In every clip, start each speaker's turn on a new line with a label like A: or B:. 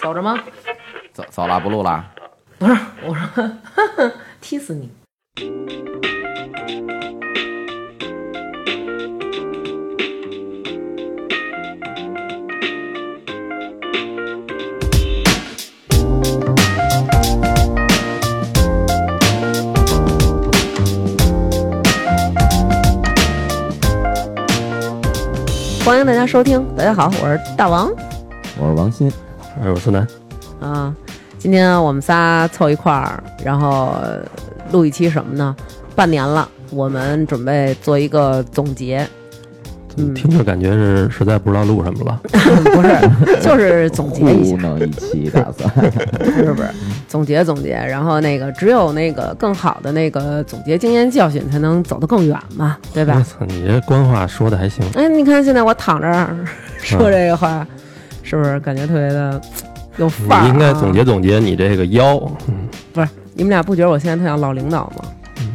A: 走着吗？
B: 走走了，不录了。
A: 不是，我说 呵呵踢死你！欢迎大家收听，大家好，我是大王
B: 我是王鑫，
C: 哎，我是南，
A: 啊。今天我们仨凑一块儿，然后呃录一期什么呢？半年了，我们准备做一个总结，
C: 怎
A: 嗯
C: 么听着感觉是实在不知道录什么了？
A: 不是，就是总结一
B: 糊。
A: 下
C: 哦
B: 弄一期打算。
A: 是不是？总结总结，然后那个只有那个更好的那个总结经验教训，才能走得更远嘛，对
C: 我
A: 吧？
C: 操，你这官话说的还行，
A: 哎，你看现在我躺这儿
C: 嗯
A: 说这个话，是不是感觉特别的有范儿、啊？
C: 你应该总结总结你这个腰，嗯
A: 不是你们俩不觉得我现在特像老领导吗？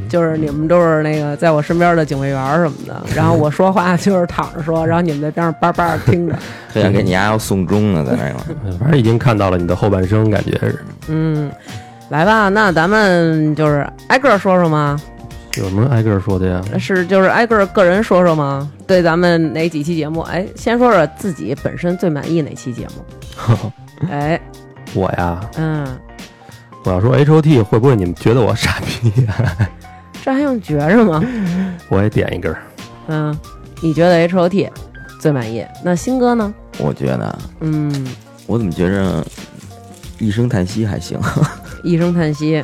A: 就是你们都是那个在我身边的警卫员儿什么的，然后我说话就是躺着说，然后你们在边上叭叭地听着，
D: 对啊呀，给你丫要送终呢，在那块儿。
C: 哎反正已经看到了你的后半生，感觉是
A: 嗯，来吧，那咱们就是挨个儿说说嘛，
C: 有什么挨个儿说的呀？
A: 是就是挨个儿个人说说吗？对咱们哪几期节目？哎，先说说自己本身最满意哪期节目？哎，
C: 我呀，
A: 嗯，
C: 我要说 H O T 会不会你们觉得我傻逼呀？
A: 这还用觉着吗？
C: 我也点一根儿，
A: 嗯，你觉得 H O T 最满意？那新哥呢？
D: 我觉得，
A: 嗯，
D: 我怎么觉着一声叹息还行？
A: 一声叹息，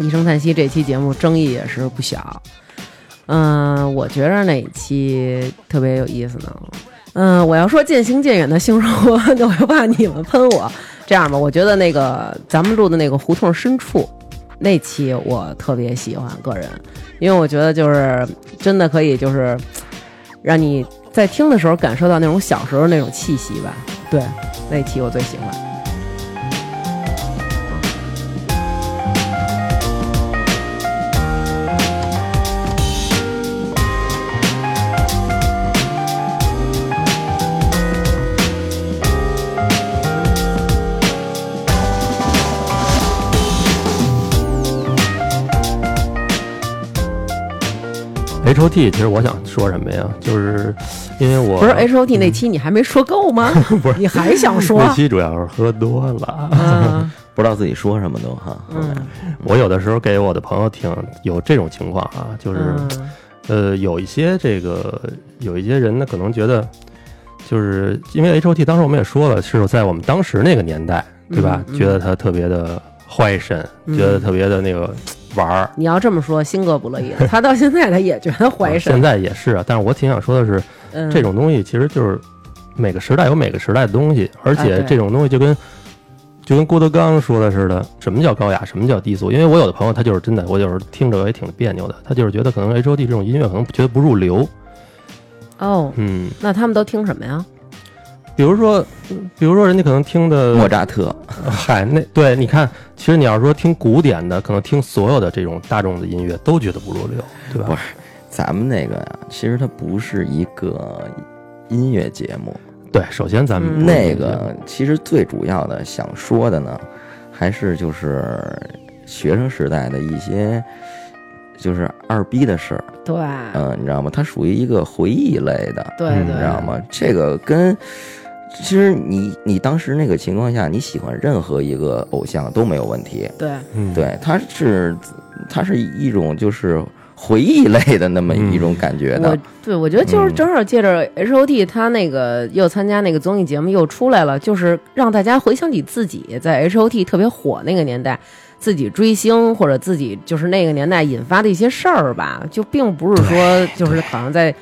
A: 一声叹息这期节目争议也是不小。嗯，我觉着哪期特别有意思呢？嗯，我要说渐行渐远的性生活，那我又怕你们喷我。这样吧，我觉得那个咱们录的那个胡同深处那期我特别喜欢个人，因为我觉得就是真的可以就是让你在听的时候感受到那种小时候那种气息吧。对，那期我最喜欢。
C: H O T，其实我想说什么呀？就是因为我
A: 不是 H O T 那期你还没说够吗？
C: 不是
A: 你还想说？啊
C: 那期主要是喝多了，
A: 嗯
D: 不知道自己说什么都哈。
A: 嗯
C: 我有的时候给我的朋友听，有这种情况啊，就是。
A: 嗯
C: 呃，有一些这个有一些人呢，可能觉得，就是因为 H O T，当时我们也说了，是在我们当时那个年代，对吧？
A: 嗯嗯
C: 觉得他特别的坏神，
A: 嗯
C: 觉得特别的那个玩儿。
A: 你要这么说，新哥不乐意了。他到现在他也觉得怀
C: 现
A: 神。
C: 在也是啊，但是我挺想说的是，
A: 嗯，
C: 这种东西其实就是每个时代有每个时代的东西，而
A: 啊
C: 且
A: 对
C: 这种东西就跟、就跟郭德纲说的似的，什么叫高雅，什么叫低俗？因为我有的朋友他就是真的，我有时候听着也挺别扭的，他就是觉得可能 H O T 这种音乐可能觉得不入流，
A: 哦，
C: 嗯。
A: 那他们都听什么呀？
C: 比如说，比如说人家可能听
D: 莫
C: 的，
D: 扎特，
C: 嗨，那对，你看，其实你要说听古典的，可能听所有的这种大众的音乐都觉得不入流，对
D: 不
C: 吧？
D: 咱们那个呀，其实它不是一个音乐节目，
C: 对，首先咱们
A: 嗯
C: 不入流
D: 那个其实最主要的想说的呢，还是就是学生时代的一些就是二逼的事儿，
A: 对，
D: 嗯、你知道吗？它属于一个回忆类的，
A: 对
C: 呃嗯
A: 对，
D: 你知道吗？这个跟其实你你当时那个情况下，你喜欢任何一个偶像都没有问题。
A: 对，
C: 嗯，
D: 对，它是它是一种就是回忆类的那么一
C: 嗯
D: 种感觉的
A: 我。对我觉得就是
D: 嗯
A: 正好借着 H O T 他那个又参加那个综艺节目又出来了，就是让大家回想起自己在 H O T 特别火那个年代。自己追星或者自己就是那个年代引发的一些事儿吧，就并不是说就是好像在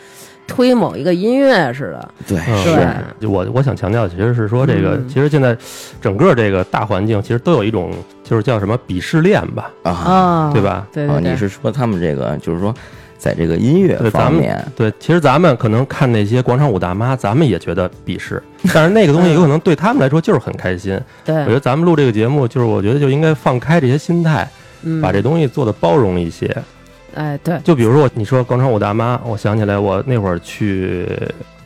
A: 推某一个音乐似的，
D: 对，
C: 嗯
A: 对
D: 是，
C: 就我我想强调，其实是说这个，
A: 嗯
C: 其实现在整个这个大环境，其实都有一种就是叫什么鄙视链吧，
D: 啊
A: 啊，
C: 对？吧？
A: 对
D: 啊！
A: 对对，
D: 你是说他们这个就是说，在这个音乐
C: 对咱
D: 方
C: 们
D: 面，
C: 对，其实咱们可能看那些广场舞大妈，咱们也觉得鄙视，但是那个东西有可能对他们来说就是很开心。我觉
A: 嗯对，
C: 得咱们录这个节目，就是我觉得就应该放开这些心态，
A: 嗯，
C: 把这东西做的包容一些。
A: 哎，对，
C: 就比如说你说广场舞大妈，我想起来我那会儿去，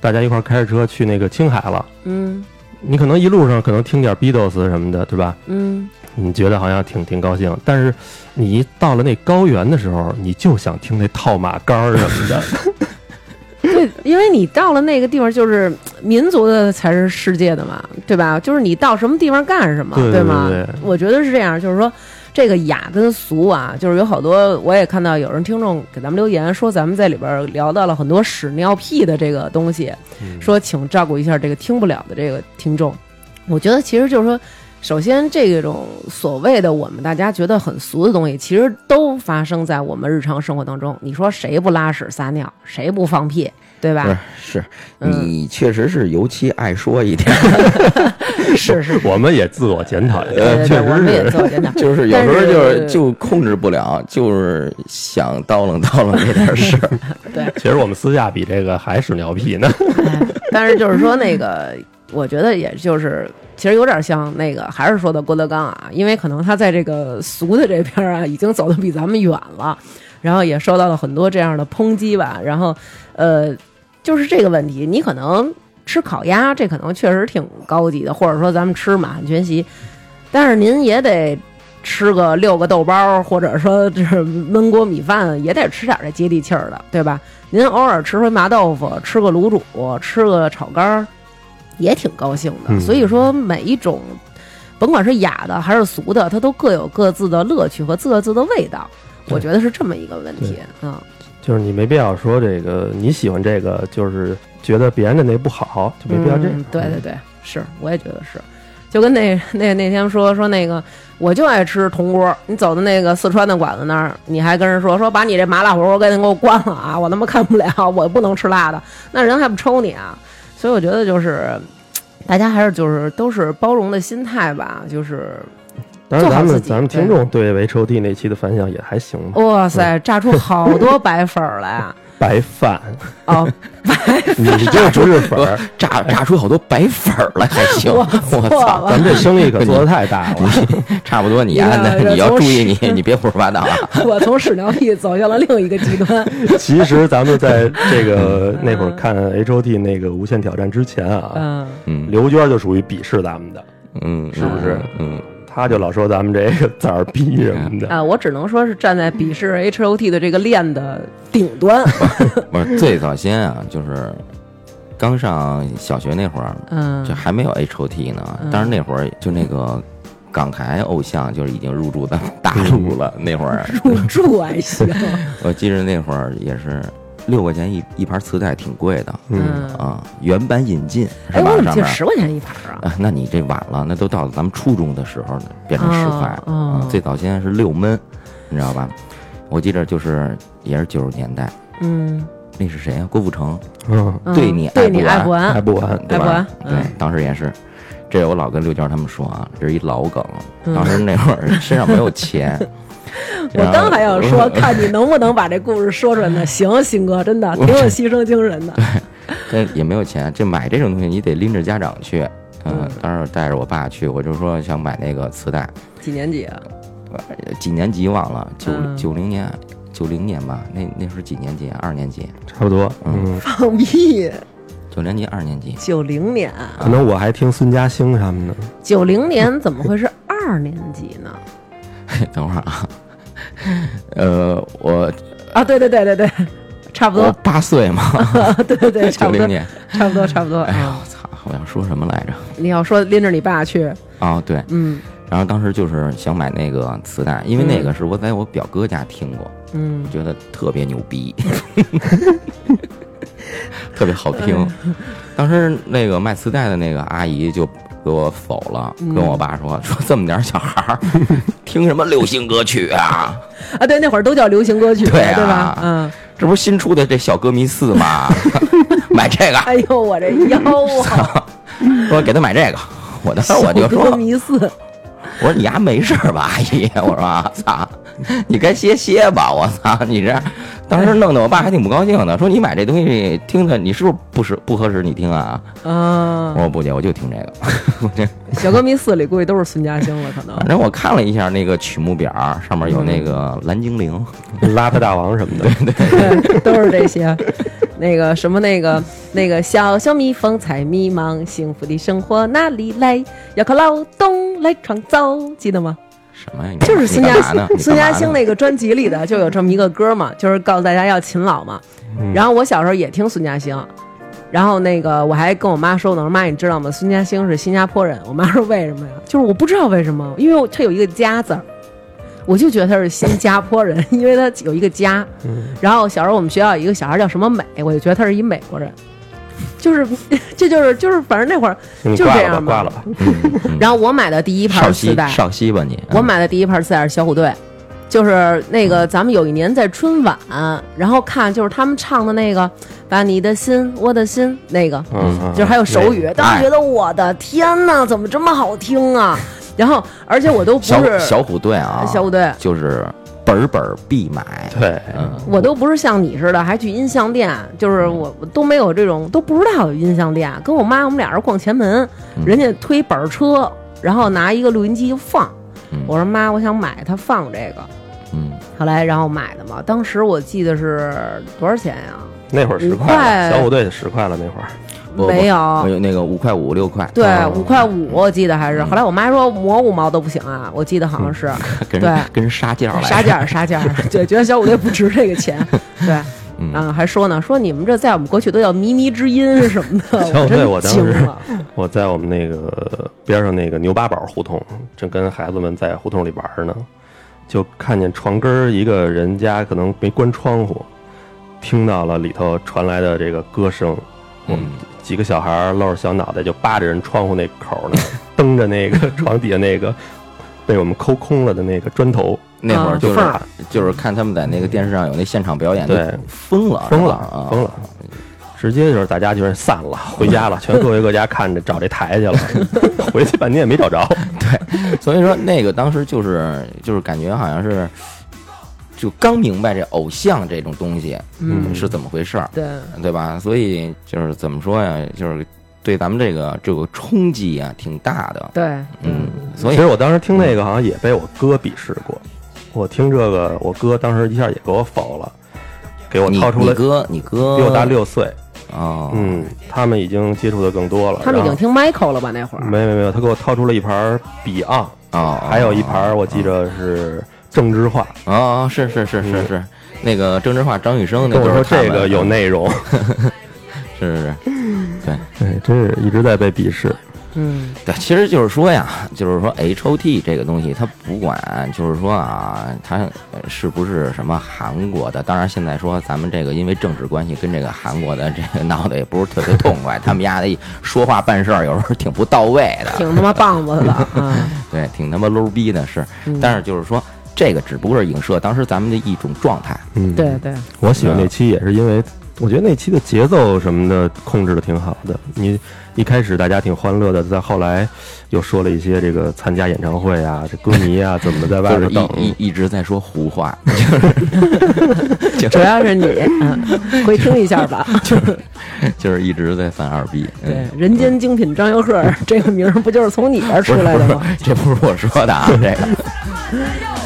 C: 大家一块儿开着车去那个青海了。
A: 嗯，
C: 你可能一路上可能听点 Beatles 什么的，对吧？
A: 嗯，
C: 你觉得好像挺挺高兴，但是你一到了那高原的时候，你就想听那套马杆儿什么的。
A: 对，因为你到了那个地方，就是民族的才是世界的嘛，对吧？就是你到什么地方干什么，
C: 对对
A: 吗
C: 对对？
A: 我觉得是这样，就是说这个雅跟俗啊，就是有好多我也看到有人听众给咱们留言说，咱们在里边聊到了很多屎尿屁的这个东西，
C: 嗯
A: 说请照顾一下这个听不了的这个听众。我觉得其实就是说。首先，这种所谓的我们大家觉得很俗的东西，其实都发生在我们日常生活当中。你说谁不拉屎撒尿，谁不放屁，对吧？
D: 不是是，
A: 嗯
D: 你确实是尤其爱说一点，
A: 是是，
C: 我们也自我检讨一下，
A: 对对
C: 呃确
A: 对，我
C: 实
A: 们也
C: 是。
A: 自我检讨。
D: 就是有时候
A: 但是
D: 就是就控制不了，就是想叨 楞叨楞这点事儿。
C: 其实我们私下比这个还屎尿屁呢。
A: 哎但是就是说那个，我觉得也就是，其实有点像那个，还是说的郭德纲啊，因为可能他在这个俗的这边啊，已经走得比咱们远了，然后也受到了很多这样的抨击吧。然后，呃，就是这个问题，你可能吃烤鸭，这可能确实挺高级的，或者说咱们吃满汉全席，但是您也得。吃个六个豆包儿，或者说 这焖锅米饭，也得吃点儿这接地气儿的，对吧？您偶尔吃回麻豆腐，吃个卤煮，吃个炒肝儿，也挺高兴的。
C: 嗯
A: 所以说，每一种，甭管是雅的还是俗的，它都各有各自的乐趣和各自的味道。
C: 对
A: 我觉得是这么一个问题啊。
C: 就是你没必要说这个你喜欢这个，就是觉得别人的那不好，就没必要这样
A: 嗯。对对对，是，我也觉得是。就跟那那那天说说那个，我就爱吃铜锅。你走到那个四川的馆子那儿，你还跟人说说把你这麻辣火锅给你给我关了啊！我他妈看不了，我不能吃辣的，那人还不抽你啊！所以我觉得就是，大家还是就是都是包容的心态吧。就是
C: 当然，
A: 做好
C: 咱
A: 自
C: 们
A: 己
C: 咱们
A: 对
C: 听众对维抽弟那期的反响也还行吧，
A: 哇塞，炸出好多白粉儿来啊！
C: 白 饭，
A: 哦，
C: 你这不是粉儿，
D: 炸炸出好多白粉儿来还行，
A: 我 错
D: 我操！
A: 了
C: 咱们这生意可做得太大了。
D: 差不多你呀、
A: 你看
D: 那
A: 这
D: 你要
A: 都
D: 注意
A: 是
D: 你，你别胡说八道 啊！
A: 我从屎尿屁走向了另一个极端。
C: 其实咱们在这个那会儿看 H O T 那个《无限挑战》之前啊，
A: 嗯，
D: 嗯
C: 刘娟就属于鄙视咱们的，
D: 嗯，
C: 是不是？
D: 嗯，
C: 她就老说咱们这个崽儿逼什么的。
A: 啊，我只能说是站在鄙视 H O T 的这个链的顶端。
D: 不是最早先啊，就是刚上小学那会儿，
A: 嗯
D: 就还没有 H O T 呢
A: 嗯。
D: 当然那会儿就那个港台偶像就是已经入驻在大
C: 嗯
D: 陆了。那会儿
A: 入住还行。
D: 我记着那会儿也是六块钱一一盘磁带，挺贵的
C: 嗯，
A: 嗯，
D: 啊，原版引进
A: 哎，我
D: 是吧？
A: 怎么记
D: 上
A: 得
D: 面
A: 十块钱一盘儿啊？
D: 啊，那你这晚了，那都到了咱们初中的时候了，变成十块了。
A: 哦哦
D: 啊最早先是六闷，你知道吧？我记着就是也是九十年代，
A: 嗯，
D: 那是谁啊？郭富城，
C: 嗯，
A: 嗯
D: 对你
A: 对
D: 爱不啊
A: 你爱不
C: 还
A: 完，
C: 不完，
D: 对
A: 爱不完
D: 吧？
A: 嗯
D: 对，当时也是，这我老跟六娟他们说啊，这是一老梗。
A: 嗯，
D: 当时那会儿身上没有钱
A: 我刚还要说，
D: 然后
A: 看你能不能把这故事说出来呢？行，鑫哥，真的挺有牺牲精神的。
D: 这呃也没有钱，这买这种东西你得拎着家长去。
A: 嗯
D: 嗯，当时带着我爸去，我就说想买那个磁带，
A: 几年级啊？
D: 几年级忘了，九
A: 嗯
D: 九零年，九零年吧，那那时候几年级？啊二年级，
C: 差不多。嗯，
A: 放屁！
D: 九年级、二年级，
A: 九零年，
C: 可能我还听孙嘉欣他们的。
A: 九零年怎么会是二年级呢？
D: 等会 儿啊，呃，我
A: 啊，对对对对对，差不
D: 我
A: 多，
D: 八 岁嘛，
A: 对对对，差
D: 九
A: 不
D: 零
A: 多，
D: 年，
A: 差不多，差不多。
D: 哎呦
A: 啊
D: 我操，我要说什么来着？
A: 你要说拎着你爸去，
D: 哦，对，
A: 嗯
D: 然后当时就是想买那个磁带，因为那个是我在我表哥家听过，
A: 嗯。
D: 觉得特别牛 逼，特别好听。
A: 嗯
D: 当时那个卖磁带的那个阿姨就给我否了，
A: 嗯
D: 跟我爸说说这么点儿小 孩儿听什么流行歌曲啊？
A: 啊，对，那会儿都叫流行歌曲，对
D: 对啊
A: 吧？嗯，
D: 这不是新出的这小歌迷 四吗？买这个，
A: 哎呦，我这腰啊，
D: 说给他买这个。我当时我就 说
A: 小，哥迷四，
D: 我说你丫没事儿吧，阿姨？ 我说啊，操，你该歇歇吧，我操，你这当时弄得我爸还挺不高兴的，说你买这东西听着，你是不是不适不合适你听啊？我
A: 啊，
D: 说不姐，我就听这个， 我这
A: 小哥迷四里估计都是孙嘉欣了，可能
D: 反正我看了一下那个曲目表，上面有那个蓝精灵，
C: 邋遢大王什么的，
A: 对，都是这些。那个什么那个那个小小蜜蜂采迷茫，幸福的生活哪里来？要靠劳动来创造，记得吗？
D: 什么呀？你
A: 就是孙
D: 你
A: 佳
D: 干嘛呢
A: 孙佳欣
D: 那
A: 那个专辑里的就有这么一个歌嘛，就是告诉大家要勤劳嘛。
D: 嗯
A: 然后我小时候也听孙佳欣，然后那个我还跟我妈说呢，我说妈，你知道吗？孙佳欣是新加坡人。我妈说为什么呀？就是我不知道为什么，因为他有一个“家”字儿。我就觉得他是新加坡人， 因为他有一个家。
D: 嗯
A: 然后小时候我们学校有一个小孩叫什么美，我就觉得他是一美国人，就是 这就是就是反正那会儿
C: 你
A: 就
C: 嗯挂
A: 这
C: 了吧，
A: 样吧
C: 挂了。吧。
A: 然后我买的第一盘
D: 嗯少
A: 磁
D: 熙
A: 带，
D: 少熙吧你？
A: 我买的第一盘磁带是小虎队，就是那个咱们有一年在春晚，然后看就是他们唱的那个“把你的心，我的心”那
D: 啊
A: 个，
C: 嗯，嗯
A: 就是还有手语，当
D: 哎
A: 时觉得我的天呐，怎么这么好听啊！然后而且我都不
D: 嗯小
A: 是呃
D: 小虎队啊，
A: 小虎队，
D: 就是本儿本儿必买。
C: 对，
D: 嗯，
A: 我都不是像你似的，还去音像店，就是我我都没有这种，都不知道有音像店。跟我妈我们俩人逛前门，
D: 嗯
A: 人家推板车，然后拿一个录音机就放。
D: 嗯
A: 我说妈，我想买，她放这个。
D: 嗯，
A: 后来然后买的嘛，当时我记得是多少钱呀？
C: 那会儿十
A: 五
C: 块
A: 块
C: 了，小虎队十块了那会儿。
D: 不不
A: 没
D: 我
A: 有，
D: 有那啊个五块五六块，
A: 哦
D: 嗯
A: 对，五块五我记得还是。后来我妈说磨五毛都不行啊，我记得好像是。
D: 跟
A: 对
D: 人跟人杀价来着，
A: 杀价儿杀价儿，对，觉得小虎队不值这个钱，对，
D: 嗯
A: 啊，还说呢，说你们这在我们国区都叫靡靡之音什么的，
C: 小虎队，我
A: 真
C: 当
A: 惊
C: 时
A: 了，嗯
C: 我在我们那个边上那个牛八堡胡同，正跟孩子们在胡同里玩呢，就看见床根儿一个人家可能没关窗户，听到了里头传来的这个歌声，
D: 嗯
C: 我们几个小孩儿露着小脑袋就扒着人窗户那口儿呢，蹬着那个床底下那个被我们抠空了的那个砖头，
D: 那会儿
A: 啊
D: 就是
A: 缝儿
D: 就是看他们在那个电视上有那现场表演，
C: 啊对，
D: 疯了，
C: 疯
D: 是
C: 了
D: 吧啊，
C: 疯了，直接就是大家就是散了，回家了，全各回各家看着找这台去了， 回去半天也没找着。
D: 所以说那个当时就是就是感觉好像是就刚明白这偶像这种东西
A: 嗯，
D: 是怎么回事儿，
A: 对，
D: 对吧？所以就是怎么说呀，就是对咱们这个这个冲击啊挺大的，
A: 对，
D: 嗯，所
C: 其
D: 以
C: 实我当时听那个好像也被我哥鄙视过，我听这个我哥当时一下也给我否了，给我
D: 你
C: 掏出
D: 你
C: 了
D: 哥你哥
C: 比我大六岁，
D: 哦，
C: 嗯，他们已经接触的更多了，
A: 他们已
C: 然
A: 经
C: 后
A: 听 Michael 了吧那会儿，
C: 没没没有，他给我掏出了一盘 Beyond，
D: 哦，
C: 还有一盘我记着是郑智化，
D: 哦，是是是是是，那个郑智化、张雨生，那
C: 嗯跟我
D: 就
C: 说
D: 是他们啊嗯
C: 这个有内容，
D: 是是是，
C: 对，真是一直在被鄙视，
A: 嗯，
D: 对，其实就是说呀，就是说 H O T 这个东西，它不管就是说啊，它呃是不是什么韩国的？当然，现在说咱们这个因为政治关系跟这个韩国的这个闹得也不是特别痛快，他们家的说话办事儿有时候挺不到位的，
A: 挺他妈棒子的啊，
D: 对，挺他妈 low 逼的是。
A: 嗯
D: 但是就是说，这个只不过是影射当时咱们的一种状态。
C: 嗯，
A: 对对，
C: 我喜欢那期也是因为，我觉得那期的节奏什么的控制的挺好的。你一开始大家挺欢乐的，再后来又说了一些这个参加演唱会啊，这歌迷啊怎么在外
D: 就是
C: 边
D: 一
C: 等，
D: 一一直在说胡话，
A: 主要是你，嗯，回听一下吧，
D: 就是一直在犯二逼。嗯
A: 对，人间精品张佑赫这个名儿不就是从你这儿出来的吗？
D: 这不是我说的啊，这个。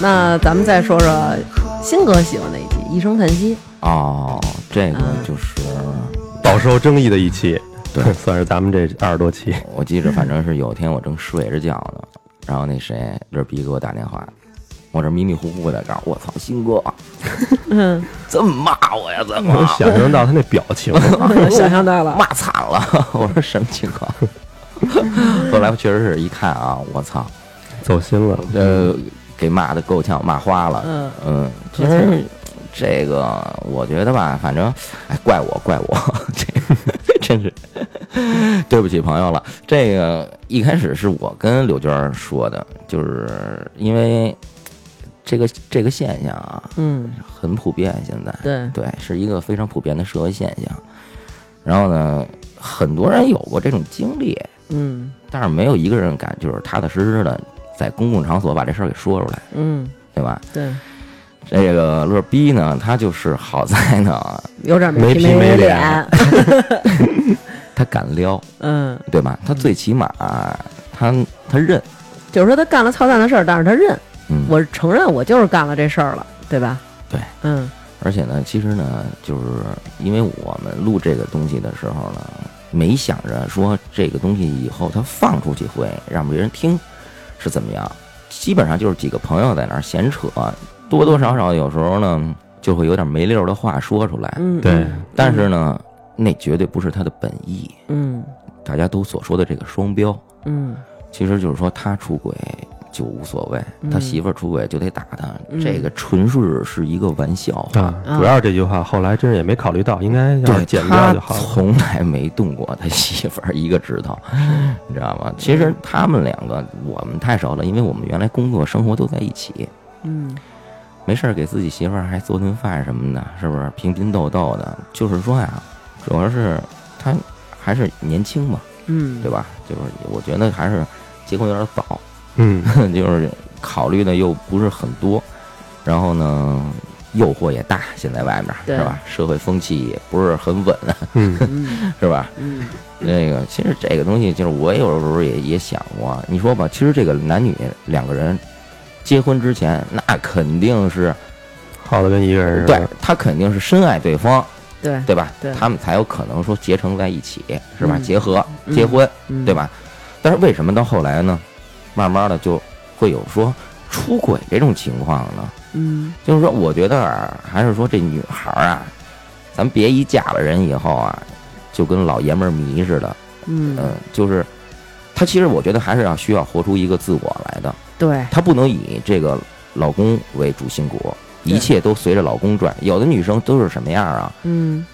A: 那咱们再说说新哥喜欢的一集《一声叹息》，
D: 哦，这个就是，
C: 饱受争议的一期，
D: 对
C: 算是咱们这二十多期。
D: 我记着，反正是有一天我正睡着觉呢，然后那谁乐逼给我打电话，我这迷迷糊糊的告诉我我操，鑫哥
A: 嗯，
D: 这么骂我呀，怎
C: 能
D: 么？
C: 想象到他那表 情，
A: 想象到了，
D: 骂惨了。我说什么情 况？后来确实是一看啊，我操，
C: 走心了。
D: 呃，给骂的够呛，骂花了。
A: 嗯
D: 嗯，其实这个我觉得吧，反正哎，怪我，怪我， 这 真是 对不起朋友了。这个一开始是我跟柳娟儿说的，就是因为这个这个现象啊，
A: 嗯，
D: 很普遍，现在
A: 对，
D: 对，是一个非常普遍的社会现象。然后呢，很多人有过这种经历，
A: 嗯
D: 但是没有一个人敢就是踏踏实实的在公共场所把这事儿给说出来，
A: 嗯，
D: 对吧？
A: 对，
D: 这个乐逼呢，他就是好在呢，
A: 有点
C: 没
A: 皮
C: 皮没
A: 脸，
C: 脸
D: 他敢撩，
A: 嗯，
D: 对吧？他最起码他他认，
A: 就是说他干了操蛋的事儿，但是他认，
D: 嗯，
A: 我承认我就是干了这事儿了，对吧？
D: 对，
A: 嗯
D: 而且呢，其实呢，就是因为我们录这个东西的时候呢，没想着说这个东西以后它放出去会让别人听是怎么样，基本上就是几个朋友在那儿闲扯，多多少少有时候呢就会有点没溜儿的话说出来，
A: 嗯，
C: 对，
A: 嗯
D: 但是呢，那绝对不是他的本意。
A: 嗯
D: 大家都所说的这个双标，
A: 嗯
D: 其实就是说他出轨就无所谓，
A: 嗯
D: 他媳妇儿出轨就得打他，
A: 嗯
D: 这个纯是是一个玩笑话。
C: 啊，主要是这句话，后来真是也没考虑到，应该要
D: 对
C: 是剪掉就
D: 他
C: 好了。
D: 从来没动过他媳妇儿一个指 头，你知道吗？其实他们两个我们太熟了，因为我们原来工作生活都在一起，
A: 嗯
D: 没事儿给自己媳妇儿还做顿饭什么的，是不是？拼拼斗斗的，就是说呀，主要是他还是年轻嘛，
A: 嗯，
D: 对吧？就是我觉得还是结婚有点早，
C: 嗯，
D: 就是考虑的又不是很多，然后呢，诱惑也大，现在外面
A: 对
D: 是吧？社会风气也不是很稳，啊
C: 嗯，
A: 嗯
D: 是吧？
A: 嗯
D: 那个其实这个东西，就是我有时候也也想过，你说吧，其实这个男女两个人结婚之前，那肯定是
C: 耗的跟一个人似
D: 对
C: 的。
D: 他肯定是深爱对方，
A: 对，
D: 对吧？
A: 对
D: 他们才有可能说结成在一起，是吧？
A: 嗯
D: 结合
A: 嗯
D: 结婚，
A: 嗯
D: 对？吧？但是为什么到后来呢，慢慢的就会有说出轨这种情况呢？
A: 嗯
D: 就是说，我觉得啊，还是说这女孩儿啊，咱别一嫁了人以后啊，就跟老爷们儿迷似的，嗯
A: 嗯，，
D: 就是她其实我觉得还是要需要活出一个自我来的，
A: 对，
D: 她不能以这个老公为主心骨，一
A: 对
D: 切都随着老公转。有的女生都是什么样啊？
A: 嗯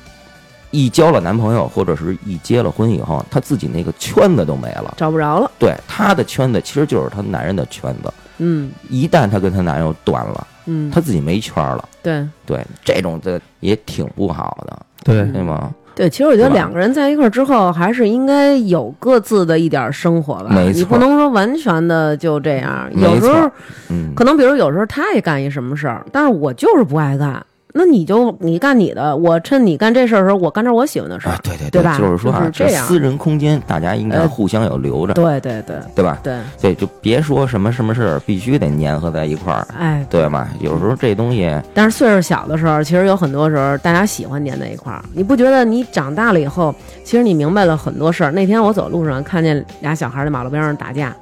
D: 一交了男朋友，或者是一结了婚以后，她自己那个圈子都没了。
A: 找不着了，
D: 对，她的圈子其实就是她男人的圈子。
A: 嗯
D: 一旦她跟她男友断了，
A: 嗯，
D: 她自己没圈儿了。
A: 对
D: 对，这种的也挺不好的，
C: 对
A: 嗯
D: 对吗？
A: 对，其实我觉得
D: 对吧
A: 两个人在一块儿之后，还是应该有各自的一点儿生活吧。
D: 没
A: 你不
D: 错
A: 能说完全的就这样。
D: 没
A: 有时候
D: 错嗯，
A: 可能，比如有时候他也干一什么事儿，但是我就是不爱干，那你就你干你的，我趁你干这事儿的时候，我干点我喜欢的事儿
D: 啊，。对对
A: 对吧
D: 就是说啊，
A: 就是这样
D: 私人空间大家应该
A: 呃
D: 互相有留着，
A: 对对对
D: 对啊吧？
A: 对，
D: 对，就别说什么什么事儿必须得粘合在一块儿，
A: 哎，
D: 对吧？有时候这东西，
A: 但是岁数小的时候，其实有很多时候大家喜欢粘在一块儿。你不觉得你长大了以后，其实你明白了很多事儿。那天我走路上看见俩小孩在马路边上打架，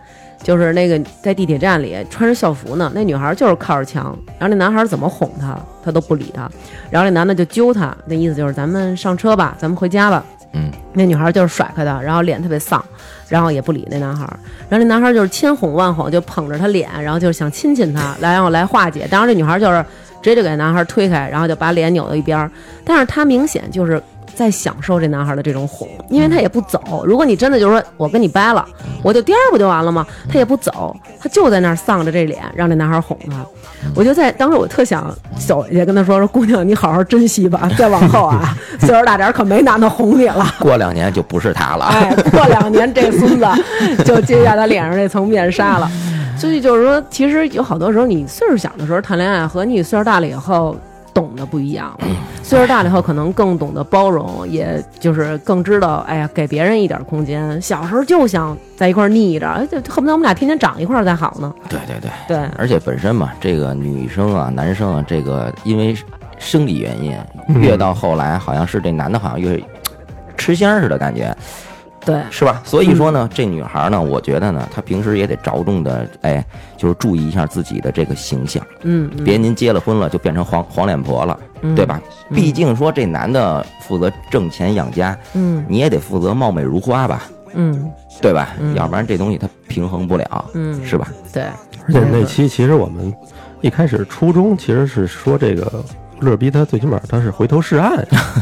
A: 就是那个在地铁站里穿着校服呢，那女孩就是靠着墙，然后那男孩怎么哄她，她都不理他，然后那男的就揪她，那意思就是咱们上车吧，咱们回家吧。
D: 嗯，
A: 那女孩就是甩开他，然后脸特别丧，然后也不理那男孩儿。然后那男孩就是千哄万哄，就捧着他脸，然后就是想亲亲他，来让我来化解。当然这女孩就是直接就给男孩推开，然后就把脸扭到一边儿。但是她明显就是在享受这男孩的这种哄，因为他也不走。如果你真的就是说我跟你掰了，我就颠儿不就完了吗？他也不走，他就在那儿丧着这脸，让这男孩哄他。我就在当时我特想走下去跟他说说，姑娘你好好珍惜吧，再往后啊，岁数大点儿可没男的哄你了。
D: 过两年就不是他了。
A: 哎，过两年这孙 子就揭下他脸上这层面纱了。所以就是说，其实有好多时候，你岁数小的时候谈恋爱和你岁数大了以后懂得不一样
D: 嗯
A: 了。岁数大了以后，可能更懂得包容，也就是更知道，哎呀，给别人一点空间。小时候就想在一块儿腻着，哎，就恨不得我们俩天天长一块儿才好呢。
D: 对对对，
A: 对，
D: 而且本身嘛，这个女生啊、男生啊，这个因为生理
A: 嗯
D: 原因，越到后来好像是这男的好像越吃香似的感觉，
A: 对，
D: 是吧？所
A: 嗯
D: 以说呢，这女孩呢，我觉得呢，她平时也得着重的，哎，就是注意一下自己的这个形象，
A: 嗯，嗯
D: 别您结了婚了就变成黄黄脸婆了，对吧？毕竟说这男的负责挣钱养家，
A: 嗯
D: 你也得负责貌美如花吧，
A: 嗯
D: 对吧？要不然这东西它平衡不了，
A: 嗯，
D: 是吧？
A: 对，
C: 而且那期其实我们一开始初衷其实是说这个乐逼他最起码他是回头 是岸，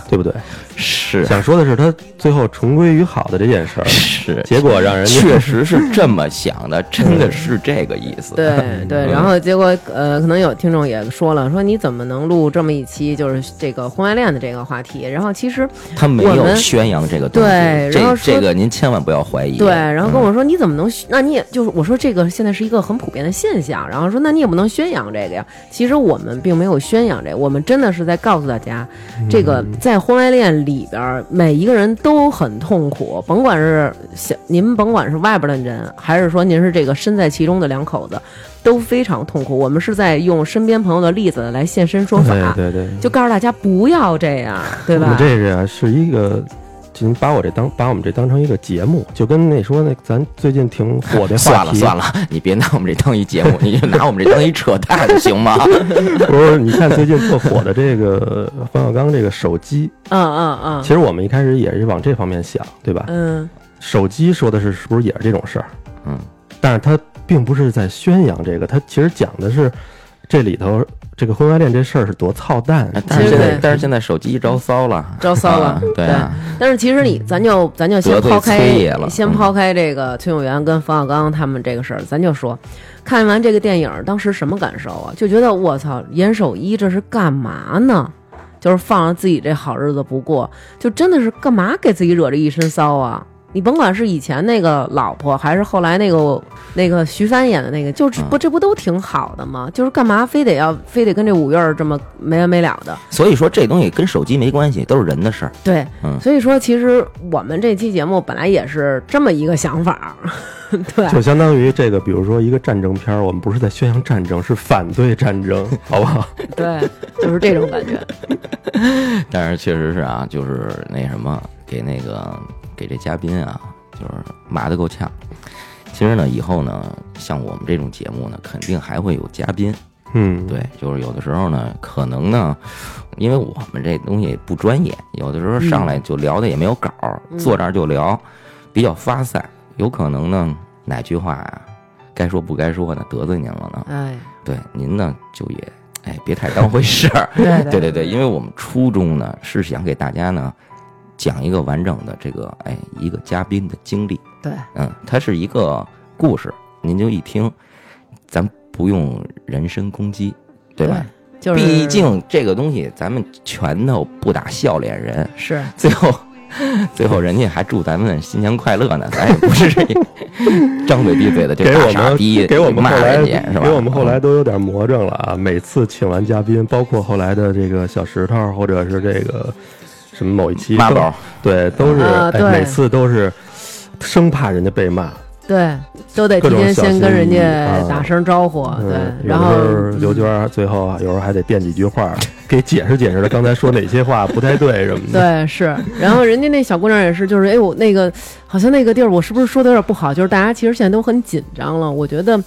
C: 对不对？
D: 是
C: 想说的是他最后重归于好的这件事儿，
D: 是，
C: 结果让人家
D: 确实是这么想的，真的是这个意思。
A: 对对，然后结果呃，可能有听众也说了，说你怎么能录这么一期就是这个婚外恋的这个话题？然后其实
D: 他没
A: 我
D: 有
A: 们
D: 宣扬这个东西，
A: 对然
D: 这
A: 后说
D: 这个您千万不要怀疑。嗯
A: 对，然后跟
C: 嗯
A: 我说你怎么能宣？那你也就是我说这个现在是一个很普遍的现象，然后说那你也不能宣扬这个呀。其实我们并没有宣扬这个，我们真的是在告诉大家，
C: 嗯
A: 这个在婚外恋里边儿，每一个人都很痛苦，甭管是小您甭管是外边的人，还是说您是这个身在其中的两口子，都非常痛苦。我们是在用身边朋友的例子来现身说法，
C: 哎对对对，
A: 就告诉大家不要这样，对
C: 我们
A: 吧？
C: 这是啊是一个。就把我这当把我们这当成一个节目，就跟那说那咱最近挺火的话题，
D: 算了算了，你别拿我们这当一节目，你就拿我们这当一扯淡，行吗？
C: 不是，你看最近特火的这个冯小刚这个手机，
A: 嗯嗯嗯
C: 其实我们一开始也是往这方面想，对吧？
A: 嗯，
C: 手机说的是是不是也是这种事儿？
D: 嗯，
C: 但是他并不是在宣扬这个，他其实讲的是这里头这个婚外恋这事儿是多操蛋。
D: 哎但是现
A: 对
D: 在，但是现在手机招骚了，
A: 招骚了
D: 啊，对啊，
A: 但是其实你，咱就咱就先
D: 得罪
A: 抛开
D: 崔爷了
A: 先
D: 嗯
A: 抛开这个崔永元跟冯小刚他们这个事儿，咱就说，看完这个电影儿当时什么感受啊？就觉得我操，严守一这是干嘛呢？就是放了自己这好日子不过，就真的是干嘛给自己惹这一身骚啊？你甭管是以前那个老婆，还是后来那个那个徐帆演的那个，
D: 嗯
A: 就是不这不都挺好的吗？就是干嘛非得要非得跟这五月儿这么没完没了的？
D: 所以说这东西跟手机没关系，都是人的事儿。
A: 对，
D: 嗯
A: 所以说其实我们这期节目本来也是这么一个想法儿， 对，
C: 就相当于这个，比如说一个战争片儿，我们不是在宣扬战争，是反对战 争，好不好？
A: 对，就是这种感 觉，
D: 但是确实是啊，就是那什么，给那个给这嘉宾啊，就是骂的够呛。其实呢，以后呢，像我们这种节目呢，肯定还会有嘉宾。
C: 嗯，
D: 对，就是有的时候呢，可能呢，因为我们这东西不专业，有的时候上来就聊的也没有稿儿，坐这儿就聊，比较发散，有可能呢哪句话呀、该说不该说的得罪您了呢？
A: 哎，
D: 对，您呢就也哎别太当回事儿。
A: 对
D: 对对对，因为我们初衷呢是想给大家呢讲一个完整的这个哎一个嘉宾的经历，
A: 对，
D: 嗯，它是一个故事，您就一听，咱不用人身攻击，对吧？
A: 就是
D: 毕竟这个东西咱们拳头不打笑脸人，
A: 是
D: 最后。最后人家还祝咱们新年快乐呢，咱也不是 张嘴闭嘴的这
C: 给
D: 大
C: 我
D: 傻
C: 们
D: 逼
C: 给我们
D: 骂
C: 后来
D: 人
C: 嗯
D: 家是吧？嗯
C: 给我们后来都有点魔怔了啊！每次请完嘉宾，包括后来的这个小石头，或者是这个什么某一期
D: 妈
C: 都
D: 宝，
C: 对，都是、
A: 啊对
C: 哎，每次都是生怕人家被骂，
A: 对，都得
C: 各
A: 提
C: 种
A: 前
C: 小
A: 先
C: 心
A: 跟人
C: 翼翼
A: 家
C: 啊
A: 打声招呼，对
C: 嗯，，有
A: 然
C: 时
A: 后
C: 候刘娟儿最后啊，有时候还得垫几句话，给解释解释她刚才说哪些话不太对什么的。
A: 对是，然后人家那小姑娘也是，就是哎我那个好像那个地儿我是不是说的有点不好？就是大家其实现在都很紧张了，我觉得。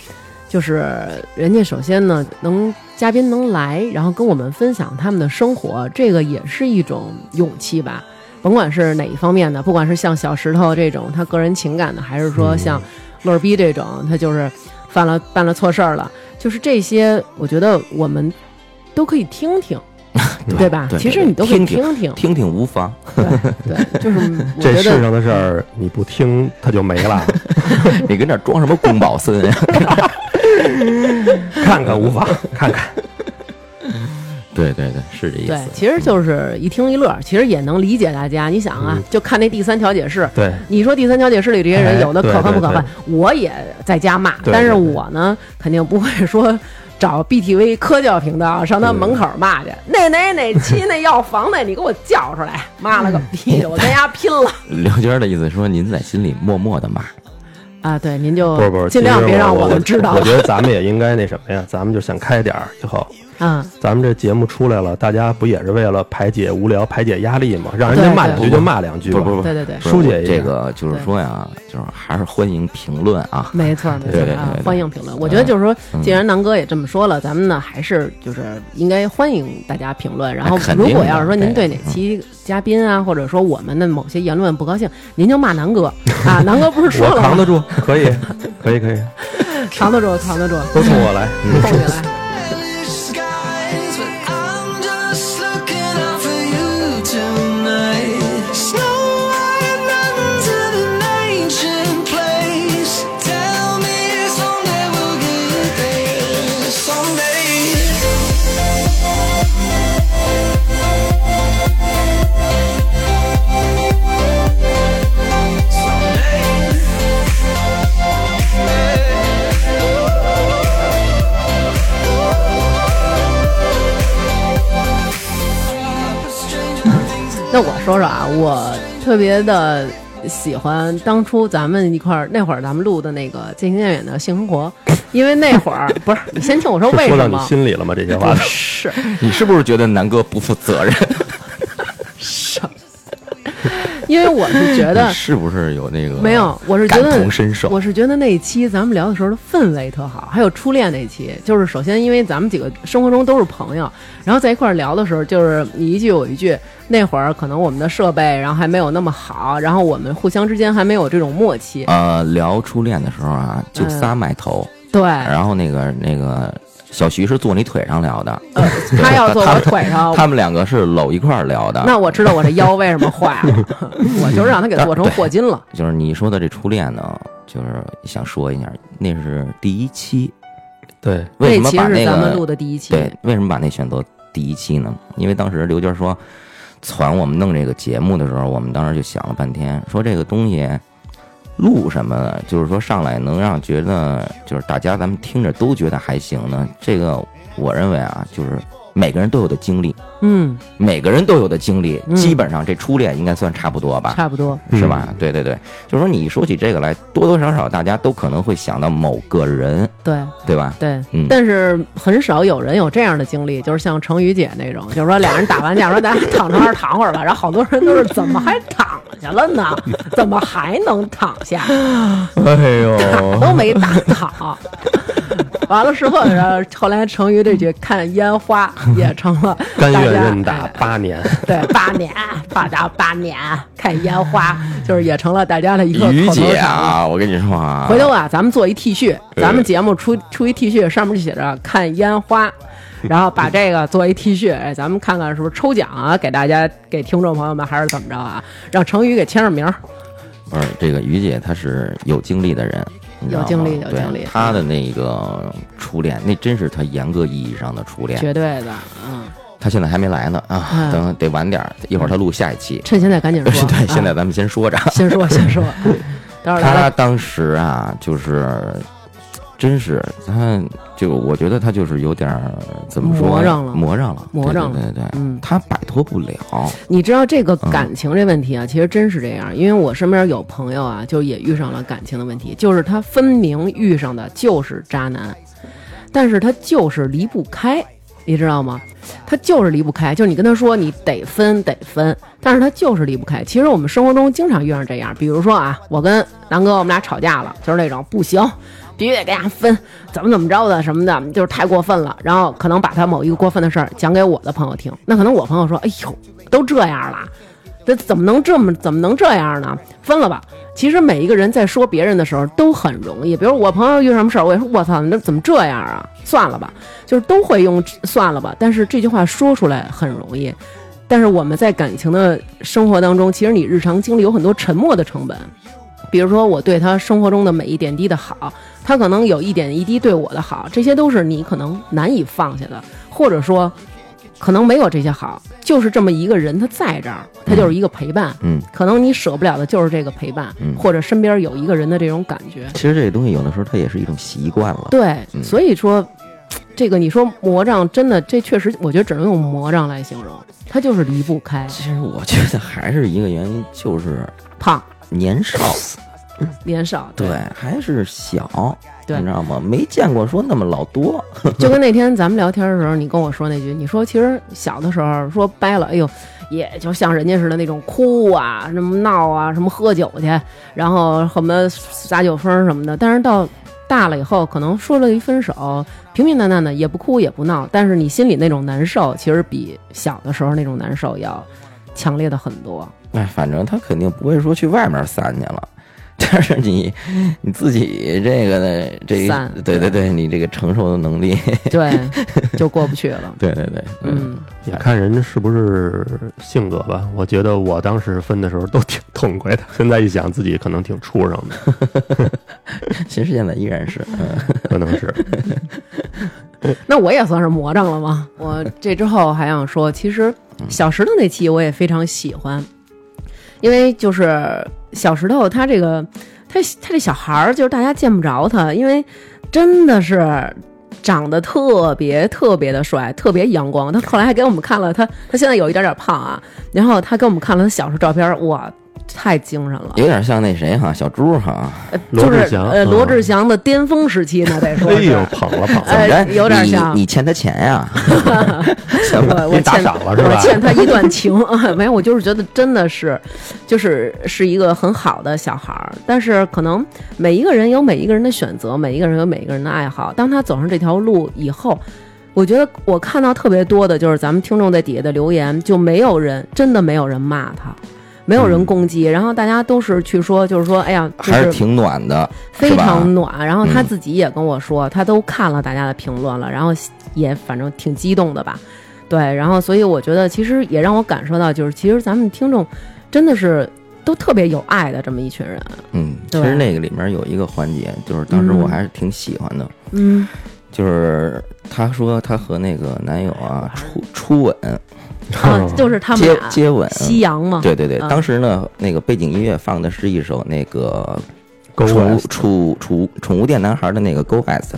A: 就是人家首先呢，能嘉宾能来，然后跟我们分享他们的生活，这个也是一种勇气吧。甭管是哪一方面的，不管是像小石头这种他个人情感的，还是说像乐儿逼这种，他就是犯了办了错事儿了，就是这些，我觉得我们都可以听听，对吧？
D: 对对
A: 其实你都可以
D: 听听
A: 听听，
D: 听听无 妨，
A: 对，就是我
C: 这
A: 觉
C: 世
A: 得
C: 上的事儿你不听它就没了，
D: 你跟这儿装什么宫保森啊 呀？
C: 看看无 妨，看看。
D: 对对对，是这意
A: 对
D: 思，。
A: 其实就是一听一乐，其实也能理解大家。你想啊，就看那第三调解室，
C: 嗯对，
A: 你说第三调解室里这些人
C: 哎
A: 有的
C: 对
A: 可恨不
C: 对
A: 可恨，我也在家骂，
C: 对
A: 但是
C: 对对
A: 我呢肯定不会 说找 BTV 科教频道上他门口骂去，
C: 嗯
A: 那哪哪期那药房那你给我叫出来，骂
C: 嗯
A: 了个逼，我跟人家拼 了
D: 刘娟儿的意思说，您在心里默默的骂，
A: 啊！对，您就
C: 不是不是，
A: 尽量
C: 其实
A: 别让
C: 我
A: 们知道
C: 我。觉得咱们也应该那什么呀，咱们就想开点儿，以后
A: 嗯，
C: 咱们这节目出来了，大家不也是为了排解无聊、排解压力吗？让人家
A: 对
C: 骂
A: 对
C: 两句就骂两句
D: 不
C: 吧。
D: 是不是不
A: 对
D: 是，
A: 对对，
D: 不是
C: 疏解
D: 我
C: 一下
D: 这个就是说呀，就是还是欢迎评论啊，
A: 没错没错
D: 对对
A: 啊
D: 对，对
A: 欢迎评论。我觉得就是说，
D: 嗯
A: 既然南哥也这么说了，咱们呢还是就是应该欢迎大家评论。然后
D: 那肯，定
A: 如
D: 的
A: 果要是说您对
D: 对
A: 哪期嘉宾啊，或者说我们的某些言论不高兴，您就骂南哥啊，南哥不是说
C: 我
A: 了
C: 扛
A: 吗？
C: 得住，可以，可以，可以，
A: 扛得住，扛得住，
C: 都从我来。
A: 蹦起来。
E: Hellish skies, but I'm just looking out for you tonight. Snow white mountains of an ancient place. Tell me someday we'll get there. Someday. Stranger things
A: 那我说说啊，我特别的喜欢当初咱们一块儿那会儿咱们录的那个《渐行渐远的性生活》，因为那会儿不是你先听我说为
C: 是说到
A: 什
C: 你
A: 么。
C: 心里了吗？这 些话
A: 不是，
D: 你是不是觉得南哥不负责任？
A: 因为我是觉得
D: 你是不是有那个
A: 没有，我是觉得
D: 啊感同身受
A: 我是觉得那一期咱们聊的时候的氛围特好，还有初恋那期，就是首先因为咱们几个生活中都是朋友，然后在一块儿聊的时候，就是你一句我一句。那会儿可能我们的设备，然后还没有那么好，然后我们互相之间还没有这种默契。
D: 呃，聊初恋的时候啊，就仨埋头，
A: 对，
D: 然后那个那个小徐是坐你腿上聊的，
A: 呃，他要坐我腿上，
D: 他们两个是搂一块儿聊的。
A: 哦那我知道我这腰为什么坏了，我就是让他给做成霍金了。
D: 就是你说的这初恋呢，就是想说一下，那是第一期，
C: 对，
D: 为什
A: 那
D: 么
A: 期
D: 把
A: 是咱们录
D: 个
A: 的第一期，
D: 对，为什么把那选择第一期呢？因为当时刘娟说，传我们弄这个节目的时候，我们当时就想了半天，说这个东西录什么呢，就是说上来能让觉得就是大家咱们听着都觉得还行呢。这个我认为啊，就是每个人都有的经历，
A: 嗯，
D: 每个人都有的经历，
A: 嗯
D: 基本上这初恋应该算差不多吧。
A: 差不多，
D: 是吧？对对对，就是说你说起这个来，多多少少大家都可能会想到某个人，
A: 对
D: 对吧？
A: 对。
D: 嗯，
A: 但是很少有人有这样的经历，就是像程宇姐那种， 就是说俩人打完架说咱 俩躺床上躺会儿吧，然后好多人都是怎么还躺下了 呢？怎么还能躺下？
D: 哎呦，
A: 都没打躺。完了之后，然后后来程宇这句“看烟花”也成 了
C: 甘
A: 大
C: 愿
A: 家
C: 任打八年，
A: 对，八年，八打八年，看烟花，就是也成了大家的一个
D: 于
A: 口头
D: 姐
A: 禅了。
D: 啊，我跟你说啊，
A: 回头啊，咱们做一 T 恤，咱们节目出出一 T 恤，上面就写着“看烟 花”，然后把这个做一 T 恤，哎，咱们看看是不是抽奖啊，给大家给听众朋友们还是怎么着啊？让成宇给签上名儿。
D: 不是这个于姐，她是有经历的人，你知道
A: 有
D: 吗
A: 经历有
D: 对
A: 经历
D: 她的那个初恋，那真是她严格意义上的初恋。
A: 绝对的，嗯，
D: 她现在还没来呢啊
A: 嗯，
D: 等得晚点儿，一会儿她录下一期。
A: 趁现在赶紧说。
D: 对，现在
A: 啊、嗯
D: 咱们先说着。
A: 先 说先说，到时候
D: 他
A: 咱
D: 当时啊，就是，真是他就我觉得他就是有点儿怎么说
A: 魔怔了
D: 魔怔了，
A: 魔怔了
D: 对对对对，
A: 嗯。
D: 他摆脱不了，
A: 你知道这个感情这问题啊，其实真是这样，因为我身边有朋友啊，就也遇上了感情的问题，就是他分明遇上的就是渣男，但是他就是离不开，你知道吗？他就是离不开，就是你跟他说你得分得分，但是他就是离不开。其实我们生活中经常遇上这样，比如说啊，我跟南哥我们俩吵架了，就是那种不行，必须得给他分，怎么怎么着的什么的，就是太过分了。然后可能把他某一个过分的事儿讲给我的朋友听，那可能我朋友说，哎呦，都这样了。这怎么能这么怎么能这样呢？分了吧。其实每一个人在说别人的时候都很容易，比如我朋友遇什么事儿，我也说我操，那怎么这样啊？算了吧，就是都会用算了吧。但是这句话说出来很容易，但是我们在感情的生活当中，其实你日常经历有很多沉默的成本。比如说，我对他生活中的每一点滴的好，他可能有一点一滴对我的好，这些都是你可能难以放下的，或者说，可能没有这些好，就是这么一个人，他在这儿，他就是一个陪伴，
D: 嗯，
A: 可能你舍不了的就是这个陪伴，
D: 嗯
A: 或者身边有一个人的这种感觉，
D: 其实这东西有的时候它也是一种习惯了，
A: 对，
D: 嗯
A: 所以说。这个你说魔障真的，这确实，我觉得只能用魔障来形容，他就是离不开
D: 其实我觉得还是一个原因，就是
A: 胖，
D: 年少，
A: 年少，
D: 对，还是小，
A: 对
D: 你知道吗？没见过说那么老多，
A: 就跟那天咱们聊天的时候，你跟我说那句，你说其实小的时候说掰了，哎呦，也就像人家似的那种哭啊、什么闹啊、什么喝酒去，然后什么撒酒疯什么的。但是到大了以后，可能说了一分手，平平淡淡的，也不哭也不闹，但是你心里那种难受，其实比小的时候那种难受要强烈的很多。
D: 哎，反正他肯定不会说去外面散去了， 但是你你自己这个呢，这
A: 散
D: 对对对，你这个承受的能力，
A: 对，就过不去了。
D: 对对对，
A: 嗯，
C: 也看人是不是性格吧。我觉得我当时分的时候都挺 痛快的，现在一想自己可能挺畜生的，
D: 其实现在依然是，嗯，
C: 可能 是。
A: 那我也算是魔怔了吗？我这之后还想说，其实小石头那期我也非常喜欢，因为就是小石头他这个他他这小孩儿，就是大家见不着他，因为真的是长得特别特别的帅，特别阳光。他后来还给我们看了他，他现在有一点点胖啊，然后他给我们看了他小时候照片儿，哇，太精神了。
D: 有点像那谁哈，小猪哈，
C: 罗
A: 就是
C: 志祥
A: 呃，
C: 嗯
A: 罗志祥的巅峰时期呢，得说
C: 哎
A: 是。
C: 呦，捧了捧
D: 怎
C: 了，
D: 么着？
A: 哎有点
D: 你
A: 像
D: 你欠他钱呀、怎么
A: 我我
C: 你打
A: 欠
C: 赏了是吧
A: 我欠他一段情 啊，没有，我就是觉得真的是，就是是一个很好的小孩儿，但是可能每一个人有每一个人的选择，每一个人有每一个人的爱好。当他走上这条路以后，我觉得我看到特别多的就是咱们听众在底下的留言，就没有人真的没有人骂他。没有
C: 嗯
A: 人攻击，然后大家都是去说，就是说，哎呀，就
D: 还是挺暖的，
A: 非
D: 是吧嗯
A: 常暖。然后他自己也跟我说，他都看了大家的评论了，然后也反正挺激动的吧。对，然后所以我觉得其实也让我感受到，就是其实咱们听众真的是都特别有爱的这么一群人。
D: 嗯，
A: 对
D: 其实那个里面有一个环节，就是当时我还是挺喜欢的，
A: 嗯，
D: 就是她说她和那个男友啊初初吻，
A: 啊，就是他们
D: 嗯接
A: 俩
D: 接吻，啊
A: 夕阳嘛，
D: 对对对，
A: 嗯
D: 当时呢那个背景音乐放的是一首那个
C: 狗
D: 宠物
C: 舞
D: 宠物宠物宠物店男孩的那个 Go West。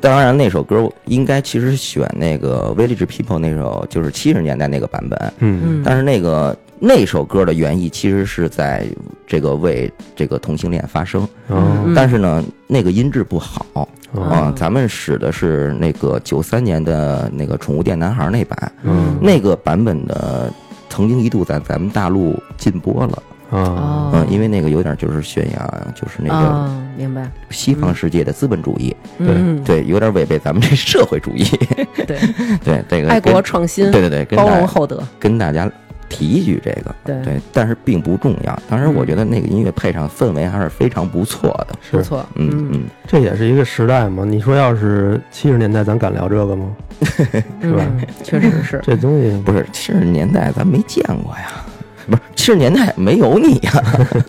D: 当然，那首歌应该其实选那个 Village People 那首，就是七十年代那个版本。
C: 嗯，
A: 嗯，
D: 但是那个那首歌的原意其实是在这个为这个同性恋发声，
C: 哦
A: 嗯
D: 但是呢，那个音质不好
C: 哦
D: 啊
A: 嗯。
D: 咱们使的是那个九三年的那个《宠物店男孩》那版，
C: 嗯
D: 那个版本的曾经一度在咱们大陆禁播了，
C: 哦，
A: 哦，
D: 嗯，因为那个有点就是宣扬就是那个
A: 哦，明白，
D: 西方世界的资本主义，
A: 嗯，
D: 对，有点违背咱们这社会主义，
A: 对，
D: 对这个
A: 爱国
D: 跟
A: 创新，
D: 对对对，跟
A: 包
D: 大
A: 容厚德，
D: 跟大家提一句这个，
A: 对
D: 对，但是并不重要。当然，
A: 嗯
D: 我觉得那个音乐配上氛围还是非常不错的。
A: 不
C: 是，
A: 错，
D: 嗯
A: 嗯
D: 嗯，
C: 这也是一个时代嘛。你说要是七十年代，咱敢聊这个吗？是吧
A: 嗯，确实是，
C: 这东西
D: 不是七十年代咱没见过呀，不是七十年代没有你呀。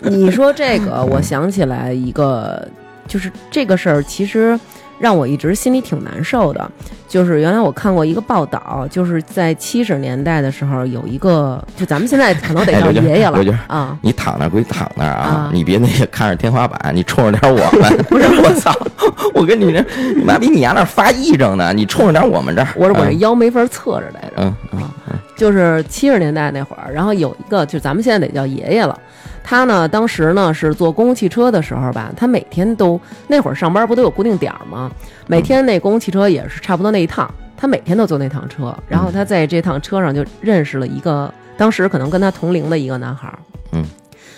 A: 你说这 个，我想起来一个，就是这个事儿，其实让我一直心里挺难受的。就是原来我看过一个报道，就是在七十年代的时候，有一个，就咱们现在可能得
D: 哎
A: 叫
D: 刘娟
A: 爷爷了
D: 刘娟
A: 啊。
D: 你躺那儿归躺那儿啊
A: 啊，
D: 你别那个看着天花板，你冲着点我们。 不是我操，我跟你这，你妈逼你丫那儿发癔症呢，你冲着点我们这儿。
A: 我这我这
D: 嗯
A: 腰没法侧着来着，
D: 嗯
A: 就是七十年代那会儿，然后有一个，就咱们现在得叫爷爷了。他呢，当时呢是坐公共汽车的时候吧，他每天都那会儿上班不都有固定点儿吗？每天那公共汽车也是差不多那一趟，他每天都坐那趟车。然后他在这趟车上就认识了一个当时可能跟他同龄的一个男孩儿。
D: 嗯，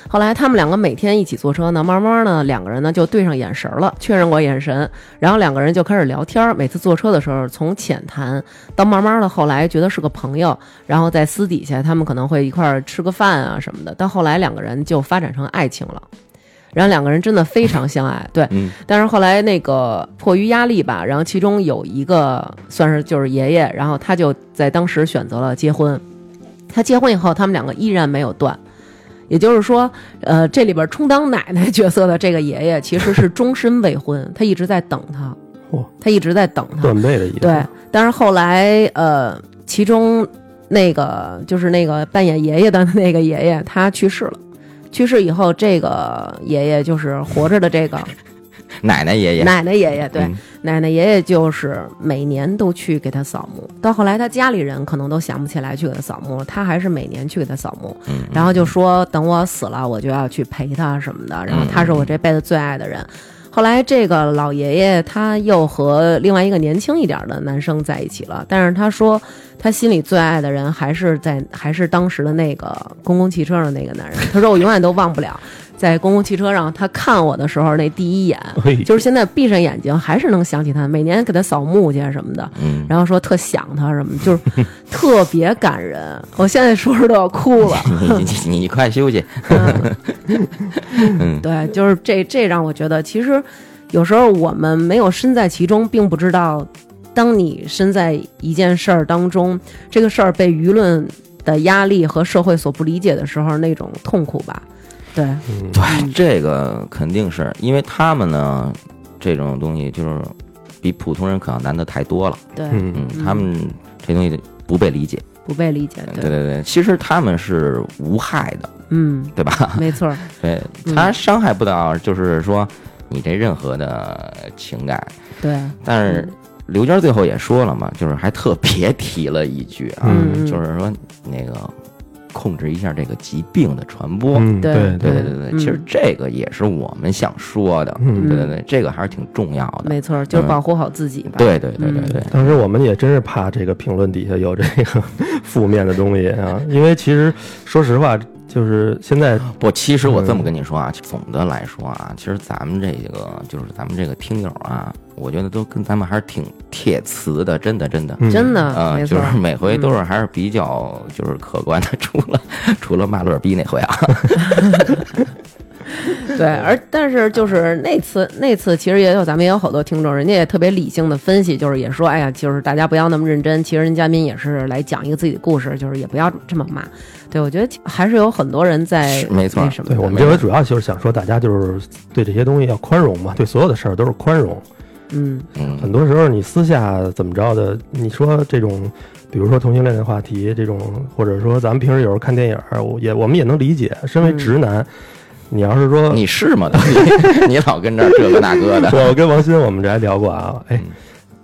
A: 后来他们两个每天一起坐车呢，慢慢呢两个人呢就对上眼神儿了，确认过眼神，然后两个人就开始聊天儿。每次坐车的时候，从浅谈到慢慢的后来觉得是个朋友，然后在私底下他们可能会一块儿吃个饭啊什么的。到后来两个人就发展成爱情了，然后两个人真的非常相爱，对。
D: 嗯
A: 但是后来那个迫于压力吧，然后其中有一个算是就是爷爷，然后他就在当时选择了结婚。他结婚以后，他们两个依然没有断。也就是说，呃，这里边充当奶奶角色的这个爷爷其实是终身未婚，他一直在等他
C: 哇，
A: 他一直在等他。
C: 断背的意思。
A: 对，但是后来呃，其中那个就是那个扮演爷爷的那个爷爷，他去世了。去世以后，这个爷爷就是活着的这个
D: 奶奶 爷爷，
A: 奶奶爷爷对，
D: 嗯
A: 奶奶爷爷就是每年都去给他扫墓，到后来他家里人可能都想不起来去给他扫墓了，他还是每年去给他扫墓，
D: 嗯
A: 然后就说等我死了我就要去陪他什么的，
D: 嗯
A: 然后他是我这辈子最爱的人。后来这个老爷爷他又和另外一个年轻一点的男生在一起了，但是他说他心里最爱的人还是在还是当时的那个公共汽车上那个男人，他说我永远都忘不了。在公共汽车上，他看我的时候那第一眼，
C: 嘿
A: 就是现在闭上眼睛还是能想起他，每年给他扫墓去什么的，然后说特想他什么，就是特别感人。我现在说着都要哭了。
D: 你你你你快休息，
A: 嗯 对，就是这这让我觉得，其实有时候我们没有身在其中，并不知道，当你身在一件事儿当中，这个事儿被舆论的压力和社会所不理解的时候，那种痛苦吧。对，
C: 嗯
D: 对，哎这个肯定是因为他们呢，这种东西就是比普通人可要难的太多了。
A: 对，
C: 嗯，
D: 嗯，他们这东西不被理解。
A: 不被理解。
D: 对
A: 对，
D: 对对，其实他们是无害的，
A: 嗯，
D: 对吧？
A: 没错儿，
D: 对
A: 嗯
D: 他伤害不到，就是说你这任何的情感。
A: 对，
D: 但
A: 嗯
D: 是刘娟最后也说了嘛，就是还特别提了一句啊，
A: 嗯
D: 就是说那个控制一下这个疾病的传播。
C: 嗯，
A: 对
C: 对
D: 对对对
A: 嗯
D: 对，其实这个也是我们想说的，
C: 嗯
D: 对对对，这个还是挺重要的。
A: 没错儿，就是
D: 嗯
A: 保护好自己吧。嗯
D: 对对对对对，
C: 当时我们也真是怕这个评论底下有这个负面的东西啊，因为其实说实话，就是现在
D: 不，其实我这
C: 嗯
D: 么跟你说啊，总的来说啊，其实咱们这个就是咱们这个听友啊，我觉得都跟咱们还是挺铁磁的，真的真的。
C: 嗯
A: 真
D: 啊、
A: 的，没
D: 就
A: 错儿，嗯
D: 是每回都是还是比较就是客观的， 除了除了骂乐逼那回啊，
A: 对。而但是就是那次那次，其实也有咱们也有好多听众，人家也特别理性的分析，就是也说，哎呀，就是大家不要那么认真。其实人嘉宾也是来讲一个自己的故事，就是也不要这么骂。对，我觉得还是有很多人在
D: 是没错
A: 那什么
C: 对
A: 的，
C: 我们这回主要就是想说，大家就是对这些东西要宽容嘛，对所有的事儿都是宽容。
A: 嗯，
C: 很多时候你私下怎么着的，你说这种，比如说同性恋的话题，这种或者说咱们平时有时候看电影儿，我也我们也能理解。身为直男，你要是说
D: 你是吗？ 你你老跟这儿这个那个 的，
C: 我跟王鑫我们这还聊过啊，哎，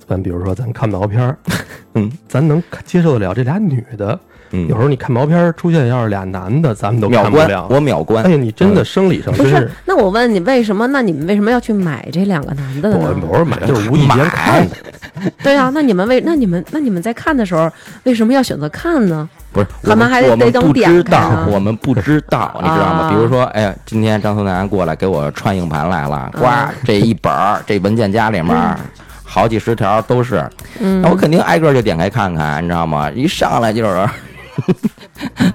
C: 咱比如说咱看毛片儿，
D: 嗯，
C: 咱能接受得了这俩女的，
D: 嗯
C: 有时候你看毛片儿出现要是俩男的，咱们 都
D: 秒
C: 看不
D: 关，
C: 了。
D: 我嗯秒关
C: 哎，呀，你真的生理上
A: 不
C: 真
A: 是
C: 是。。
A: 那我问你，为什么？那你们为什么要去买这两个男的的
C: 我
A: 呢？
C: 我是买就是无意间看的，
A: 对啊，那你们为那你们那你们在看的时候，为什么要选择看呢？
D: 不是，
A: 干嘛还得
D: 我们
A: 逮灯
D: 不
A: 点
D: 知
A: 开
D: 道
A: 呢，
D: 我们不知 道，你知道
A: 啊
D: 吗？比如说，哎呀，今天张思楠过来给我串硬盘来
A: 嗯
D: 了，呱，这一本儿这文件夹里面。好几十条都是，
A: 嗯
D: 那我肯定挨个就点开看看，你知道吗？一上来就是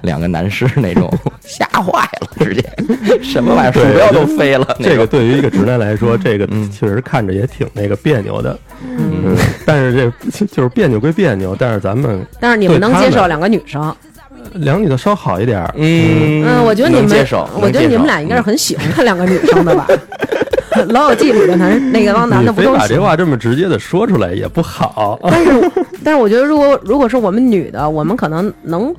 D: 两个男士那种， 吓坏了，直接什么玩意儿，鼠
C: 对
D: 标都飞了。那
C: 这个
D: 种
C: 对于一个直男来说，
D: 嗯
C: 这个确实看着也挺那个别扭的。嗯，但是这就是别扭归别扭，但是咱们
A: 但是你们
C: 对
A: 能
C: 他
A: 接
C: 们
A: 受两个女生？
C: 两女的稍好一点儿。
D: 嗯
A: 嗯，我觉得你
D: 能
A: 们
D: 接受，，嗯
A: 我觉得你们俩应该是很喜欢看两个女生 的吧？《老友记》里的男那个帮男
C: 你
A: 的不
C: 非
A: 都
C: 把
A: 喜
C: 这
A: 欢？
C: 话这么直接的说出来也不好。
A: 但是，但是我觉得，如果如果是我们女的，我们可能能，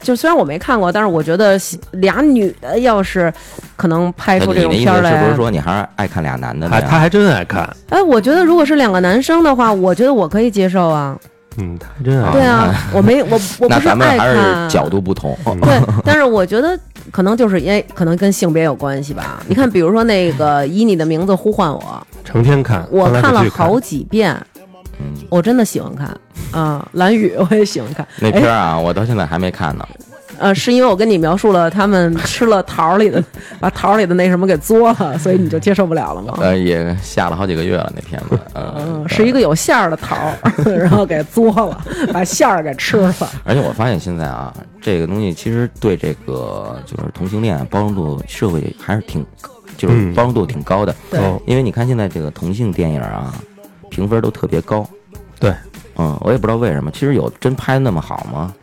A: 就虽然我没看过，但是我觉得喜俩女的要是可能拍
D: 能接
A: 出
D: 受。
A: 这
D: 你
A: 种
D: 的
A: 片儿
D: 意思是不
A: 来
D: 是，说你还是爱看俩男的的
C: 还
D: 呀？
C: 他还真爱看，
A: 哎，我觉得如果是两个男生的话，我觉得我可以接受啊。
C: 嗯，他还真爱
A: 对
C: 看。
A: 啊，我没 我我
D: 那
A: 不
D: 咱们
A: 爱
D: 还
A: 看
D: 是角度不同。
C: 嗯
A: 对，但是我觉得可能就是因为可能跟性别有关系吧。你看，比如说那个以你的名字呼唤我，
C: 成天看，
A: 我
C: 翻来
A: 看
C: 覆
A: 了
C: 去看嗯
A: 好几遍，我真的喜欢看啊，蓝雨我也喜欢看。
D: 那
A: 哎
D: 片儿啊，我到现在还没看呢。
A: 呃，是因为我跟你描述了他们吃了桃儿里的，把桃儿里的那什么给嘬了，所以你就接受不了了吗？
D: 呃，也下了好几个月了那片子，嗯
A: 嗯，，是一个有馅儿的桃儿， 然后给嘬了，把馅儿给吃
C: 嗯
A: 了。
D: 而且我发现现在啊，这个东西其实对这个就是同性恋包容度社会还是挺，就是
C: 嗯
D: 包容度挺高的，
A: 对
C: 哦
D: 因为你看现在这个同性电影啊，评分都特别高，
C: 对，
D: 嗯，我也不知道为什么，其实有真拍那么好吗？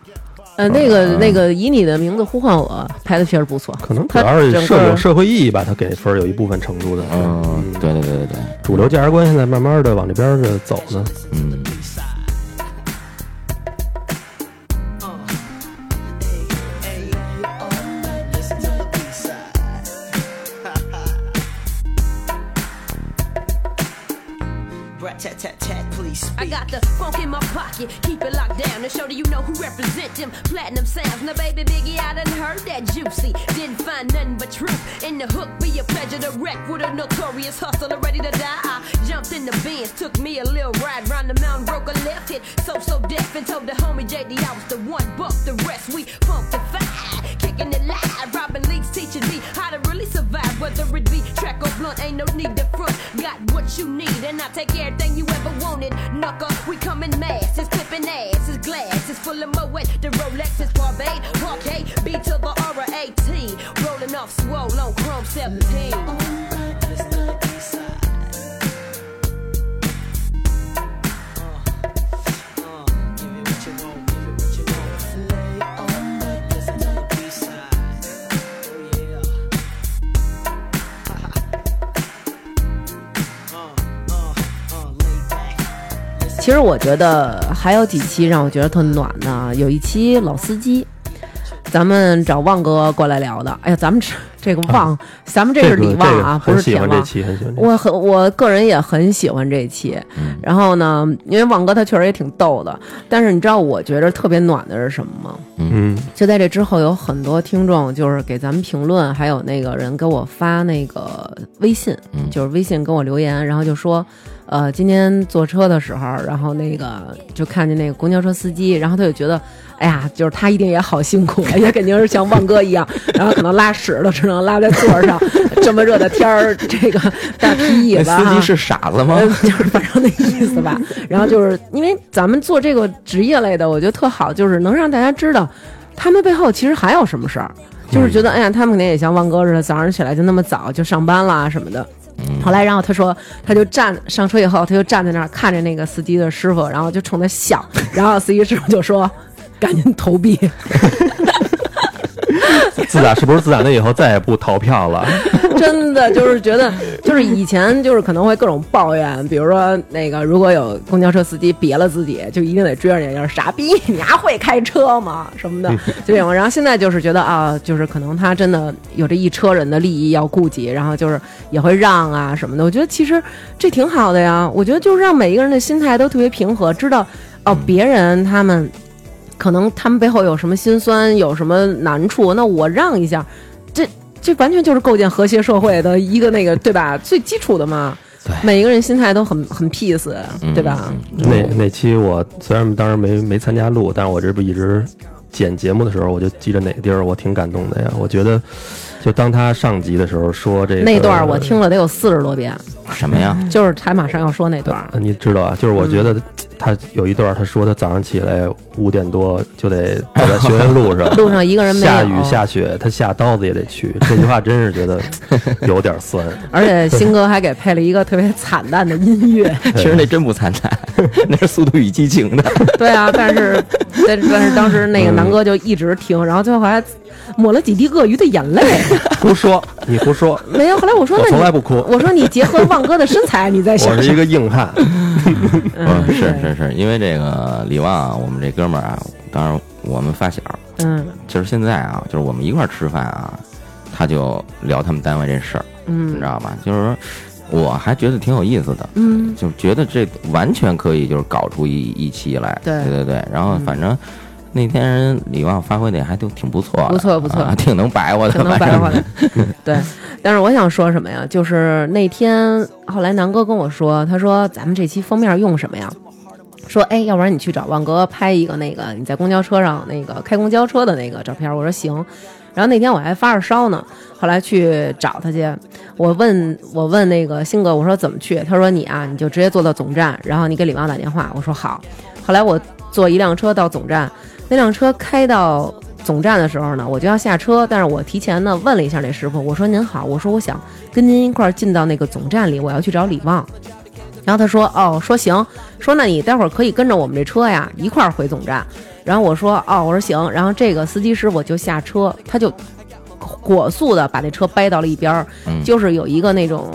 A: 呃，那个那个，以你的名字呼唤我拍的确实不错，
C: 可能主
A: 它
C: 要是
A: 整
C: 社
A: 个
C: 有社会意义吧，他给分儿有一部分程度的。
D: 嗯，对对对对对，
C: 主流价值观现在慢慢的往这边儿的走呢。
D: 嗯。
F: got the funk in my pocket. Keep it locked down to show that you know who represent them. Platinum sounds. Now, baby Biggie, I done heard that juicy. Didn't find nothing but truth in the hook. Be a pleasure to wreck with a notorious hustler ready to die. I jumped in the Benz, took me a little ride round the mountain, broke a left hit. So so deaf and told the homie JD I was the one. Buck the rest. We funkified, kicking it live. Robin Leaks teaching me how to really survive. Whether it be track or blunt, ain't no need to front. Got what you need, and I take everything you ever wanted. Knuckle, we coming mass. It's clipping ass, it's glass, it's full of moet. The Rolex is Barbade, Parquet, B to the R A T. Rolling off swole on Chrome 17.
A: 其实我觉得还有几期让我觉得特暖的，有一期老司机，咱们找旺哥过来聊的。哎呀，咱们这这个旺，咱们这是
C: 个
A: 李旺啊，
C: 啊
A: 不
C: 这个很
A: 是
C: 喜
A: 铁
C: 欢这
A: 旺。
C: 期，很喜欢这期。
A: 我很我个人也很喜欢这期，
C: 嗯
A: 然后呢，因为旺哥他确实也挺逗的，但是你知道我觉得特别暖的是什么吗？
C: 嗯，
A: 就在这之后，有很多听众就是给咱们评论，还有那个人给我发那个微信，
D: 嗯
A: 就是微信跟我留言，然后就说，呃，今天坐车的时候，然后那个就看见那个公交车司机，然后他就觉得，哎呀，就是他一定也好辛苦， 也肯定是像旺哥一样，然后可能拉屎都只能拉在座上，这么热的天儿，啊这个大皮椅
D: 那
A: 子啊，
D: 哎司机是傻子吗？
A: 嗯，就是反正那意思吧。然后就是因为咱们做这个职业类的，我觉得特好，就是能让大家知道他们背后其实还有什么事儿。就是觉得，哎呀，他们肯定也像汪哥似的，早上起来就那么早就上班啦什么的。后来，然后他说，他就站上车以后，他就站在那儿看着那个司机的师傅，然后就冲他笑，然后司机师傅就说：“赶紧投币。”
C: 自打是不是自打那以后再也不逃 票了？
A: 真的就是觉得，就是以前就是可能会各种抱怨，比如说那个如果有公交车司机别了自己，就一定得追上去，就是傻逼，你还会开车吗？什么的，就这种。然后现在就是觉得啊，就是可能他真的有这一车人的利益要顾及，然后就是也会让啊什么的。我觉得其实这挺好的呀，我觉得就是让每一个人的心态都特别平和，知道哦，别人他们。可能他们背后有什么心酸，有什么难处，那我让一下，这 这完全就是构建和谐社会的一个那个，对吧？最基础的嘛，每一个人心态都很很 peace，对
C: 嗯
A: 吧？
C: 那那期我虽然当时没没参加录，但是我这不一直剪节目的时候，我就记着哪个地儿，我挺感动的呀。我觉得，就当他上集的时候说这个
A: 那段我听了得有四十多遍，
D: 什么呀？
A: 就是他马上要说那 段。，
C: 你知道啊，就是我觉得他有一段，他说他早上起来五点多就得走在学院路上
A: 路上一个人没有
C: 下雨 下雪，他下刀子也得去。这句话真是觉得有点酸。
A: 而且新哥还给配了一个特别惨淡的音乐，
D: 其实那真不惨淡， 那是《速度与激情》的。
A: 对啊，但是但但是当时
C: 嗯
A: 那个南哥就一直听，然后最后还抹了几滴鳄鱼的眼泪。
C: 胡说，你 胡说，
A: 没有，后来我说
C: 我
A: 那
C: 从
A: 你
C: 来不哭
A: 我说你结合旺哥的身材，你在想
C: 我是
A: 什
C: 一
A: 么？
C: 个硬汉。
A: 嗯
D: 嗯，是是是，因为这个李旺啊，我们这哥们儿啊，当然我们发小，
A: 嗯
D: 就是现在啊，就是我们一块儿吃饭啊，他就聊他们单位这事儿，你知
A: 嗯
D: 道吧？就是说，我还觉得挺有意思的，
A: 嗯，
D: 就觉得这完全可以就是搞出一一期来，
A: 对嗯
D: 对对对。然后反正那天人李旺发挥的还都挺不错的，
A: 不错不错
D: 啊挺能白活的，
A: 可能
D: 反
A: 白
D: 正
A: 话的。对，但是我想说什么呀？就是那天后来南哥跟我说，他说咱们这期封面用什么呀？说哎，要不然你去找万哥拍一个那个你在公交车上那个开公交车的那个照片。我说行。然后那天我还发着烧呢，后来去找他去，我问我问那个新哥，我说怎么去？他说你啊，你就直接坐到总站，然后你给李旺打电话。我说好。后来我坐一辆车到总站，那辆车开到总站的时候呢，我就要下车，但是我提前呢问了一下那师傅，我说您好，我说我想跟您一块儿进到那个总站里，我要去找李旺。然后他说哦，说行，说那你待会儿可以跟着我们这车呀一块儿回总站。然后我说哦，我说行。然后这个司机师傅就下车，他就火速的把那车掰到了一边儿，就是有一个那种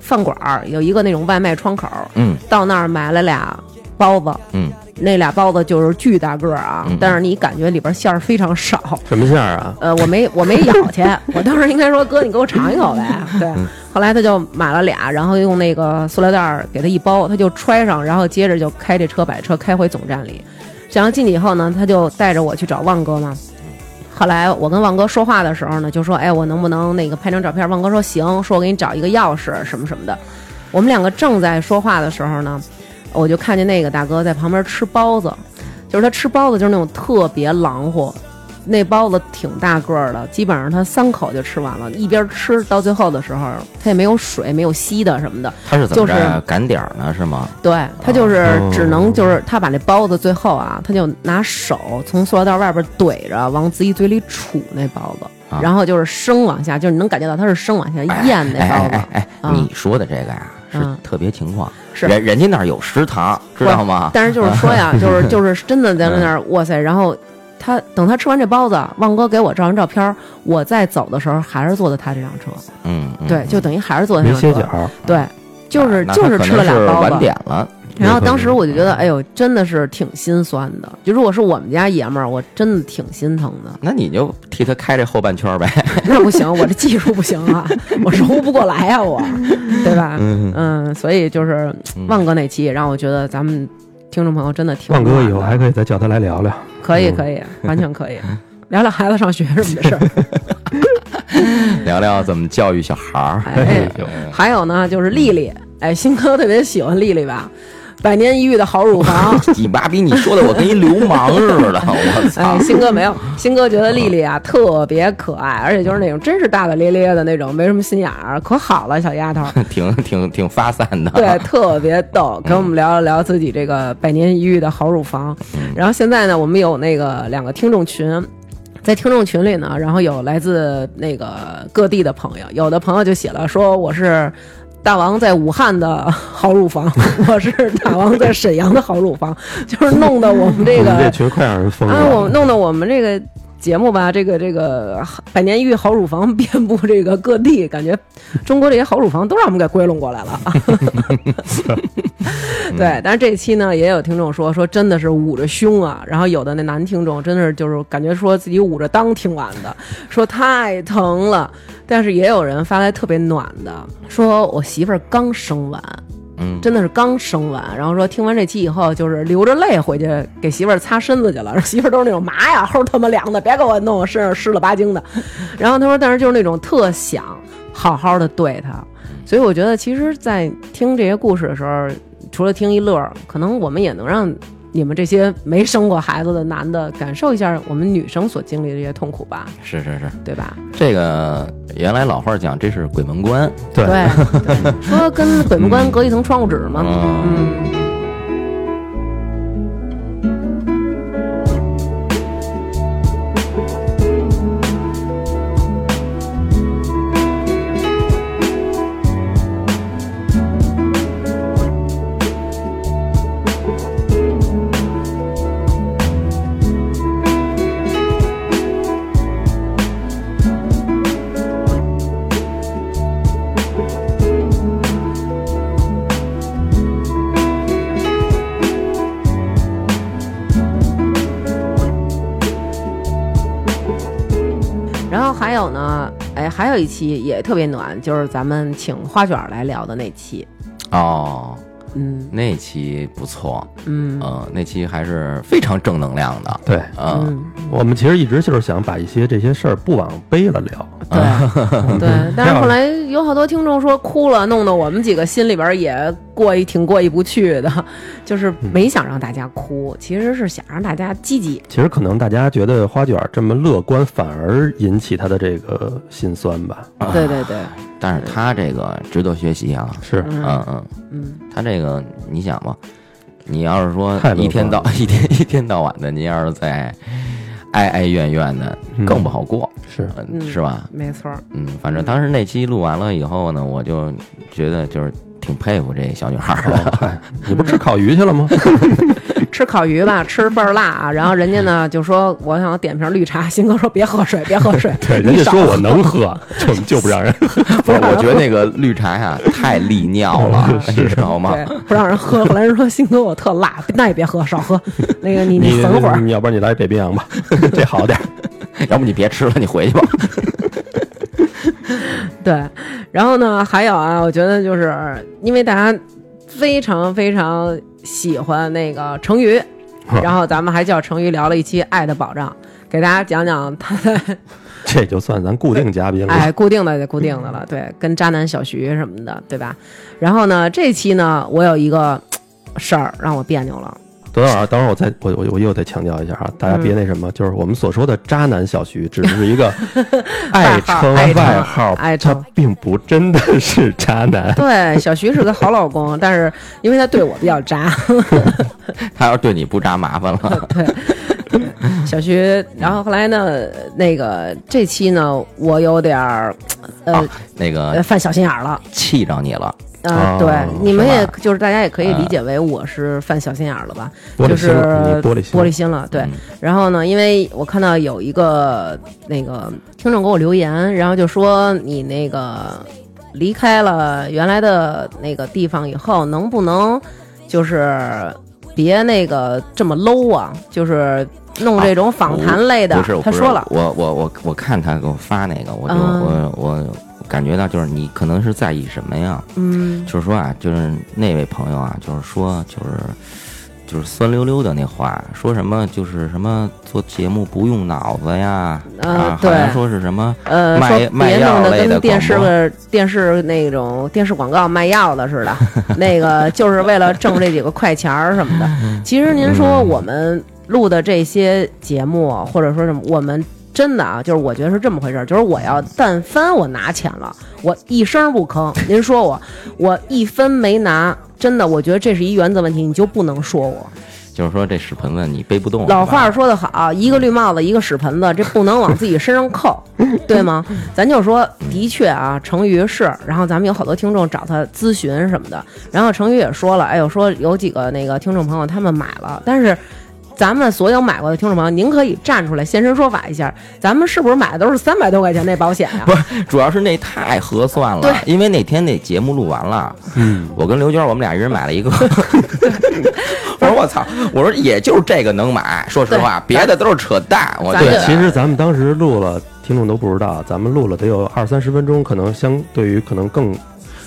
A: 饭馆儿，有一个那种外卖窗口儿，
D: 嗯
A: 到那儿买了俩包子，
D: 嗯，
A: 那俩包子就是巨大个儿啊，但是你感觉里边馅儿非常少。
C: 什么馅儿啊？
A: 呃，我没我没咬去，我当时应该说哥，你给我尝一口呗。对，后来他就买了俩，然后用那个塑料袋儿给他一包，他就揣上，然后接着就开这车把车开回总站里。然后进去以后呢，他就带着我去找旺哥嘛。后来我跟旺哥说话的时候呢，就说：“哎，我能不能那个拍张照片？”旺哥说：“行。”说我给你找一个钥匙什么什么的。我们两个正在说话的时候呢，我就看见那个大哥在旁边吃包子，就是他吃包子就是那种特别狼乎，那包子挺大个儿的，基本上他三口就吃完了，一边吃到最后的时候，他也没有水，没有吸的什么的，
D: 他是怎么
A: 就
D: 着
A: 是
D: 呀赶点儿呢？是吗？
A: 对他就是
D: 哦
A: 只能就是他把那包子最后啊，他就拿手从塑料袋外边怼着往自己嘴里杵那包子，
D: 啊
A: 然后就是生往下，就是你能感觉到他是生往下咽那
D: 哎
A: 包子。
D: 哎哎哎，
A: 啊
D: 你说的这个呀是
A: 嗯
D: 特别情况，
A: 是
D: 人人家那儿有食堂，知道吗？
A: 但是就是说呀， 就是就是真的在那儿，
D: 嗯
A: 哇塞！然后他等他吃完这包子，旺哥给我照张照片儿，我在走的时候还是坐的他这辆车，
D: 嗯，嗯
A: 对，就等于还是坐的
C: 没
A: 他这
C: 歇
A: 辆
C: 脚
A: 车，，对，就是
D: 啊那他
A: 就是
D: 可
A: 吃了
D: 能
A: 俩
D: 是
A: 包
D: 晚
A: 子。
D: 点了，
A: 然后当时我就觉得，哎呦，真的是挺心酸的。就如果是我们家爷们儿，我真的挺心疼的。
D: 那你就替他开这后半圈儿呗。
A: 那不行，我这技术不行啊， 我揉不过来啊，我，对吧？嗯所以就是旺哥那期也让我觉得咱们听众朋友真的挺
C: 旺哥以
A: 暖
C: 后
A: 的
C: 还可以再叫他来聊聊。
A: 可
D: 嗯
A: 以可以，完全 可以。聊聊孩子上学什么的事儿，
D: 嗯聊聊怎么教育小孩儿。
A: 哎， 还有呢，就是丽丽，哎，新哥特别喜欢丽丽吧，百年一遇的好乳房，
D: 你妈逼，你说的我跟一流氓似的，我操
C: 啊
A: 哎，！新哥没 有，新哥觉得丽丽啊特别可爱，而且就是
C: 啊
A: 那种真是大大咧咧的那种，没什么心眼儿，可好了，小丫 头。
D: 挺挺挺发散的。
A: 对，特别逗，
C: 嗯
A: 跟我们聊了聊自己这个百年一遇的好乳房。
C: 嗯
A: 然后现在呢，我们有那个两个听众群。在听众群里呢，然后有来自那个各地的朋友，有的朋友就写了说我是大王在武汉的好乳房， 我是大王在沈阳的好乳房，就是弄得我们这
C: 我
A: 个
C: 们这群快让人疯
A: 啊，我
C: 了。
A: 弄得我们这个节目吧，这个这个百年一遇好乳房遍布这个各地，感觉中国这些好乳房都让我们给归拢过来了。啊对，但是这期呢，也有听众说说真的是捂着胸啊，然后有的那男听众真的是就是感觉说自己捂着裆听完的，说太疼了。但是也有人发来特别暖的，说我媳妇儿刚生完，
D: 嗯，
A: 真的是刚生完，然后说听完这期以后，就是流着泪回去给媳妇儿擦身子去了。 说媳妇儿都是那种麻呀，齁他妈凉的，别给我弄我身上湿了吧唧的。然后他说，但是就是那种特想好好的对她，所以我觉得其实，在听这些故事的时候，除了听一乐儿，可能我们也能让你们这些没生过孩子的男的感受一下我们女生所经历的这些痛苦吧，
D: 是是是，
A: 对吧？
D: 这个原来老话讲，这是鬼门关。
C: 对，
A: 对，说跟鬼门关隔一层窗户纸嘛。
D: 嗯，
A: 嗯，然后还有呢，哎，还有一期也特别暖，就是咱们请花卷儿来聊的那期。
D: 哦，
A: 嗯
D: 那期不错，
A: 嗯
D: 嗯，那期还是非常正能量的。
C: 对
D: 嗯，
A: 嗯，
C: 我们其实一直就是想把一些这些事儿不往悲了聊。
A: 对
C: 嗯
A: 对。但是后来有好多听众说哭了，弄得我们几个心里边儿也过意挺过意不去的， 就是没想让大家哭，其实是想让大家积极。
C: 其实可能大家觉得花卷这么乐观，反而引起他的这个心酸吧。
A: 嗯对对对，
D: 但是他这个值得学习啊。
C: 是，
D: 嗯嗯
A: 嗯，
D: 他这个你想吧，你要是说
C: 太乐观了
D: 一天到 一天一天到晚的，你要是在哀哀怨怨的，
C: 嗯
D: 更不好过，
C: 是
D: 嗯
A: 嗯
D: 是吧？
A: 没错儿。
D: 嗯，反正当时那期录完了以后呢，我就觉得就是挺佩服这小女孩儿 的。
C: 哎你不是吃烤鱼去了吗？，
A: 吃烤鱼吧，吃倍儿辣啊！然后人家呢就说我想点瓶绿茶，新哥说别喝水，别喝水
C: 对，人家说我能喝，就就不让人喝。
D: 不是，我觉得那个绿茶呀、太利尿 了，你知道吗？
A: 对，不让人喝。后来人说新哥我特辣， 那也别喝，少喝。那个你
C: 你
A: 你粉会儿，
C: 你要不然你来 北冰洋吧，这好点儿。
D: 要不你别吃了，你回去吧。
A: 对，然后呢，还有啊，我觉得就是因为大家非常非常喜欢那个成语，
C: 啊
A: 然后咱们还叫成语聊了一期《爱的保障》，给大家讲 讲他在
C: 这就算咱固定嘉宾了。
A: 哎，固定的得固定的了，
C: 嗯
A: 对，跟渣男小徐什么的，对吧？然后呢，这期呢，我有一个事儿让我别扭了，
C: 等会儿啊，等会儿我再我我我又得强调一下啊，大家别那什么，就是我们所说的渣男小徐只是 一个爱称
A: 爱称
C: 外号，
A: 爱
C: 他
A: 称
C: 并不真的是渣 男。
A: 对，小徐是个好老公，但是因为他对我比较渣，
D: 他要是对你不扎麻烦了，
A: 小徐，然后后来呢，那个这期呢，我有点儿，呃，
D: 啊那
A: 呃
D: 个
A: 犯小心眼儿了。
D: 气着你了，
A: 呃，
C: 哦
A: 对，你们
D: 是吧
A: 也就是大家也可以理解为我是犯小心眼儿了吧，
C: 玻璃
A: 就是
C: 心了啊你玻璃心了
A: 了。对
D: 嗯，
A: 然后呢，因为我看到有一个那个听众给我留言，然后就说你那个离开了原来的那个地方以后，能不能就是别那个这么 low 啊，就是弄这种访谈类
C: 啊
A: 的。
D: 不是，
A: 他
D: 不是
A: 说了，
D: 我我我我看他给我发那个，我就、
A: 嗯
D: 我我感觉到就是你可能是在意什么呀？
A: 嗯
D: 就是说啊，就是那位朋友啊，就是说就是就是酸溜溜的那话，说什么就是什么做节目不用脑子呀，
A: 呃
D: 啊，好像
A: 对
D: 说是什么
A: 呃，
D: 卖
A: 说
D: 卖
A: 别弄
D: 药
A: 得
D: 类
A: 跟
D: 的
A: 电
D: 广
A: 视
D: 播
A: 个电视那种电视广告卖药的 似的，那个就是为了挣这几个快钱儿什么
D: 嗯
A: 的。其实您说我们录的这些节目，或者说什么，我们真的啊，就是我觉得是这么回事儿，就是我要但凡我拿钱了，我一声不吭。您说我，我一分没拿。真的，我觉得这是一原则问题，你就不能说我。
D: 就是说这屎盆子你背不动。
A: 老
D: 是吧
A: 话说得好，一个绿帽子，一个屎盆子，这不能往自己身上 扣，对吗？咱就说，的确啊，成瑜是，然后咱们有好多听众找他咨询什么的，然后成瑜也说了，哎呦，说有几个那个听众朋友他们买了，但是。咱们所有买过的听众朋友，您可以站出来现身说法一下，咱们是不是买的都是三百多块钱那保险啊呀、
D: 不是，主要是那太合算了，因为那天那节目录完了，嗯，我跟刘娟我们俩一人买 了一个，我说我操，我说也就是这个能买，说实话，别的都是扯淡，我
A: 咱
D: 觉
A: 对
D: 得
A: 就
C: 其实咱们当时录了，听众都不知道，咱们录了得有二三十分钟，可能相对于可能更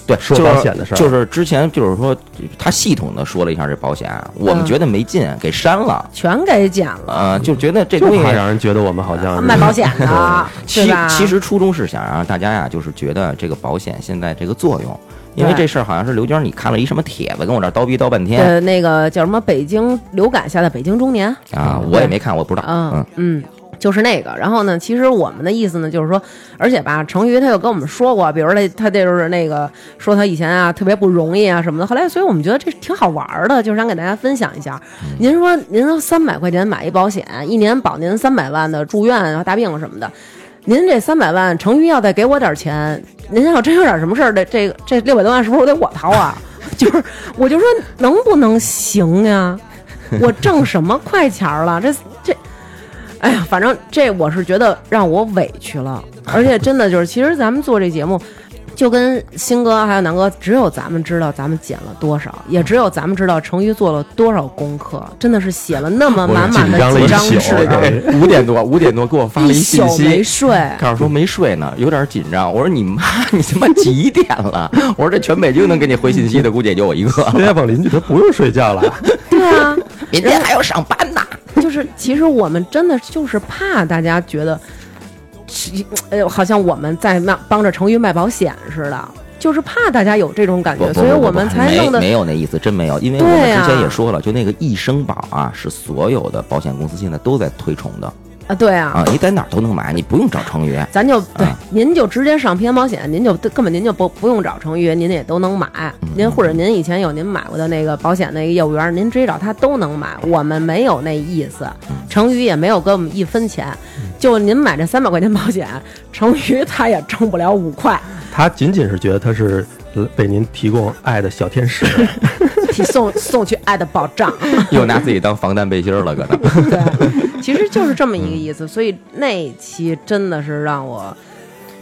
D: 对，
C: 说
D: 就是
C: 保险的事儿
D: 就是之前就是说他系统的说了一下这保险，我们
A: 嗯
D: 觉得没劲，给删了，
A: 全给减了，
D: 呃，就觉得这
C: 就
D: 东西
C: 怕让人觉得我们好像是
A: 卖保险的，啊对
D: 其
A: 吧？
D: 其实初衷是想让大家呀，就是觉得这个保险现在这个作用，因为
A: 对
D: 这事儿好像是刘娟你看了一什么帖子，跟我这儿叨逼叨半天
A: 呃，那个叫什么北京流感下的北京中年，
D: 啊，我也没看，我不知道，
A: 嗯
D: 嗯，
A: 嗯，就是那个。然后呢，其实我们的意思呢，就是说，而且吧，成瑜他又跟我们说过，比如他他这就是那个说他以前啊特别不容易啊什么的。后来，所以我们觉得这挺好玩儿的，就是想给大家分享一下。
D: 嗯
A: 您说您三百块钱买一保险，一年保您三百万的住院啊、大病什么的。您这三百万，成瑜要再给我点儿钱，您要真有点什么事儿，这这个这六百多万是不是得我掏啊？ 就是，我就说能不能行呀？我挣什么快钱儿了？这这哎呀，反正这我是觉得让我委屈了，而且真的就是，其实咱们做这节目，就跟新哥还有南哥，只有咱们知道咱们减了多少，也只有咱们知道成瑜做了多少功课，真的是写了那么满满的几张
C: 紧张了一宿
A: 纸，
D: 哎五点多，五点多给我发了
A: 一宿
D: 信
A: 没
D: 息，
A: 睡。
D: 告诉说没睡呢，有点紧张。我说你妈， 你他妈几点了？我说这全北京能给你回信息的，估计也就我一 个。
C: 人家往邻居他不用睡觉了，
A: 对啊，
D: 明天还要上班呢。
A: 就是其实我们真的就是怕大家觉得，其哎呦，好像我们在那帮着成瑜卖保险似的，就是怕大家有这种感
D: 不
A: 觉，
D: 不
A: 所以
D: 不不
A: 我们
D: 不
A: 才弄得
D: 没没有那意思，真没有。因为我
A: 对啊
D: 们
A: 呀
D: 之前也说了，就那个易生保啊，是所有的保险公司现在都在推崇的
A: 啊，对啊
D: 啊，你在哪儿都能买，你不用找 成员。
A: 咱就对
D: 啊，
A: 您就直接上平安保险，您就根本您就不不用找程序员，您也都能买。
D: 嗯
A: 您或者您以前有您买过的那个保险那个业务员，您直接找他都能买。我们没有那意思，
D: 嗯
A: 成宇也没有给我们一分钱，就您买这三百块钱保险，成宇他也挣不了五块，
C: 他仅仅是觉得他是呃为您提供爱的小天 使。
A: 替送 送去爱的保障。
D: 又拿自己当防弹背心儿了，搁那儿。
A: 对，其实就是这么一个意思。所以那期真的是让我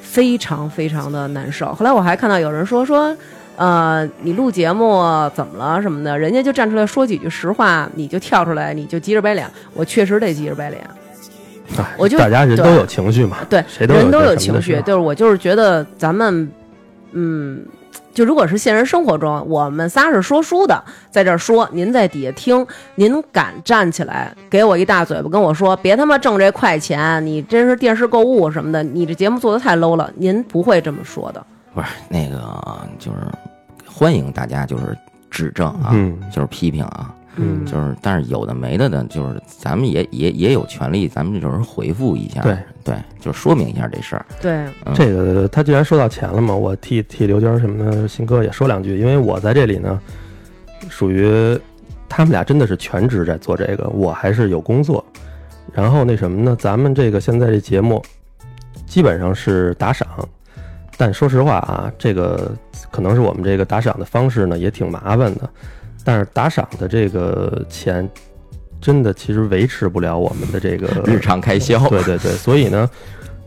A: 非常非常的难受。后来我还看到有人说说，呃，你录节目怎么了什么的，人家就站出来说几句实话，你就跳出来，你就急着白脸。我确实得急着白脸，
C: 哎
A: 我就
C: 大家人
A: 对
C: 都有情绪嘛，
A: 对，
C: 谁都
A: 人都
C: 有
A: 有
C: 这什么
A: 情
C: 的事
A: 绪，
C: 儿
A: 就是我就是觉得咱们，嗯，就如果是现实生活中，我们仨是说书的，在这儿说，您在底下听，您敢站起来给我一大嘴巴，跟我说别他妈挣这快钱，你真是电视购物什么的，你这节目做的太 low 了，您不会这么说的。
D: 不是那个，就是欢迎大家就是指正啊，
C: 嗯
D: 就是批评啊，
A: 嗯
D: 就是但是有的没的的，就是咱们也也也有权利，咱们就是回复一下，
C: 对
D: 就说明一下这事儿。
A: 对，
C: 这个他既然说到钱了嘛，我替替刘娟儿什么的新哥也说两句，因为我在这里呢，属于他们俩真的是全职在做这个，我还是有工作。然后那什么呢，咱们这个现在这节目基本上是打赏，但说实话啊，这个可能是我们这个打赏的方式呢也挺麻烦的，但是打赏的这个钱真的其实维持不了我们的这个
D: 日常开销，
C: 对对对，所以呢，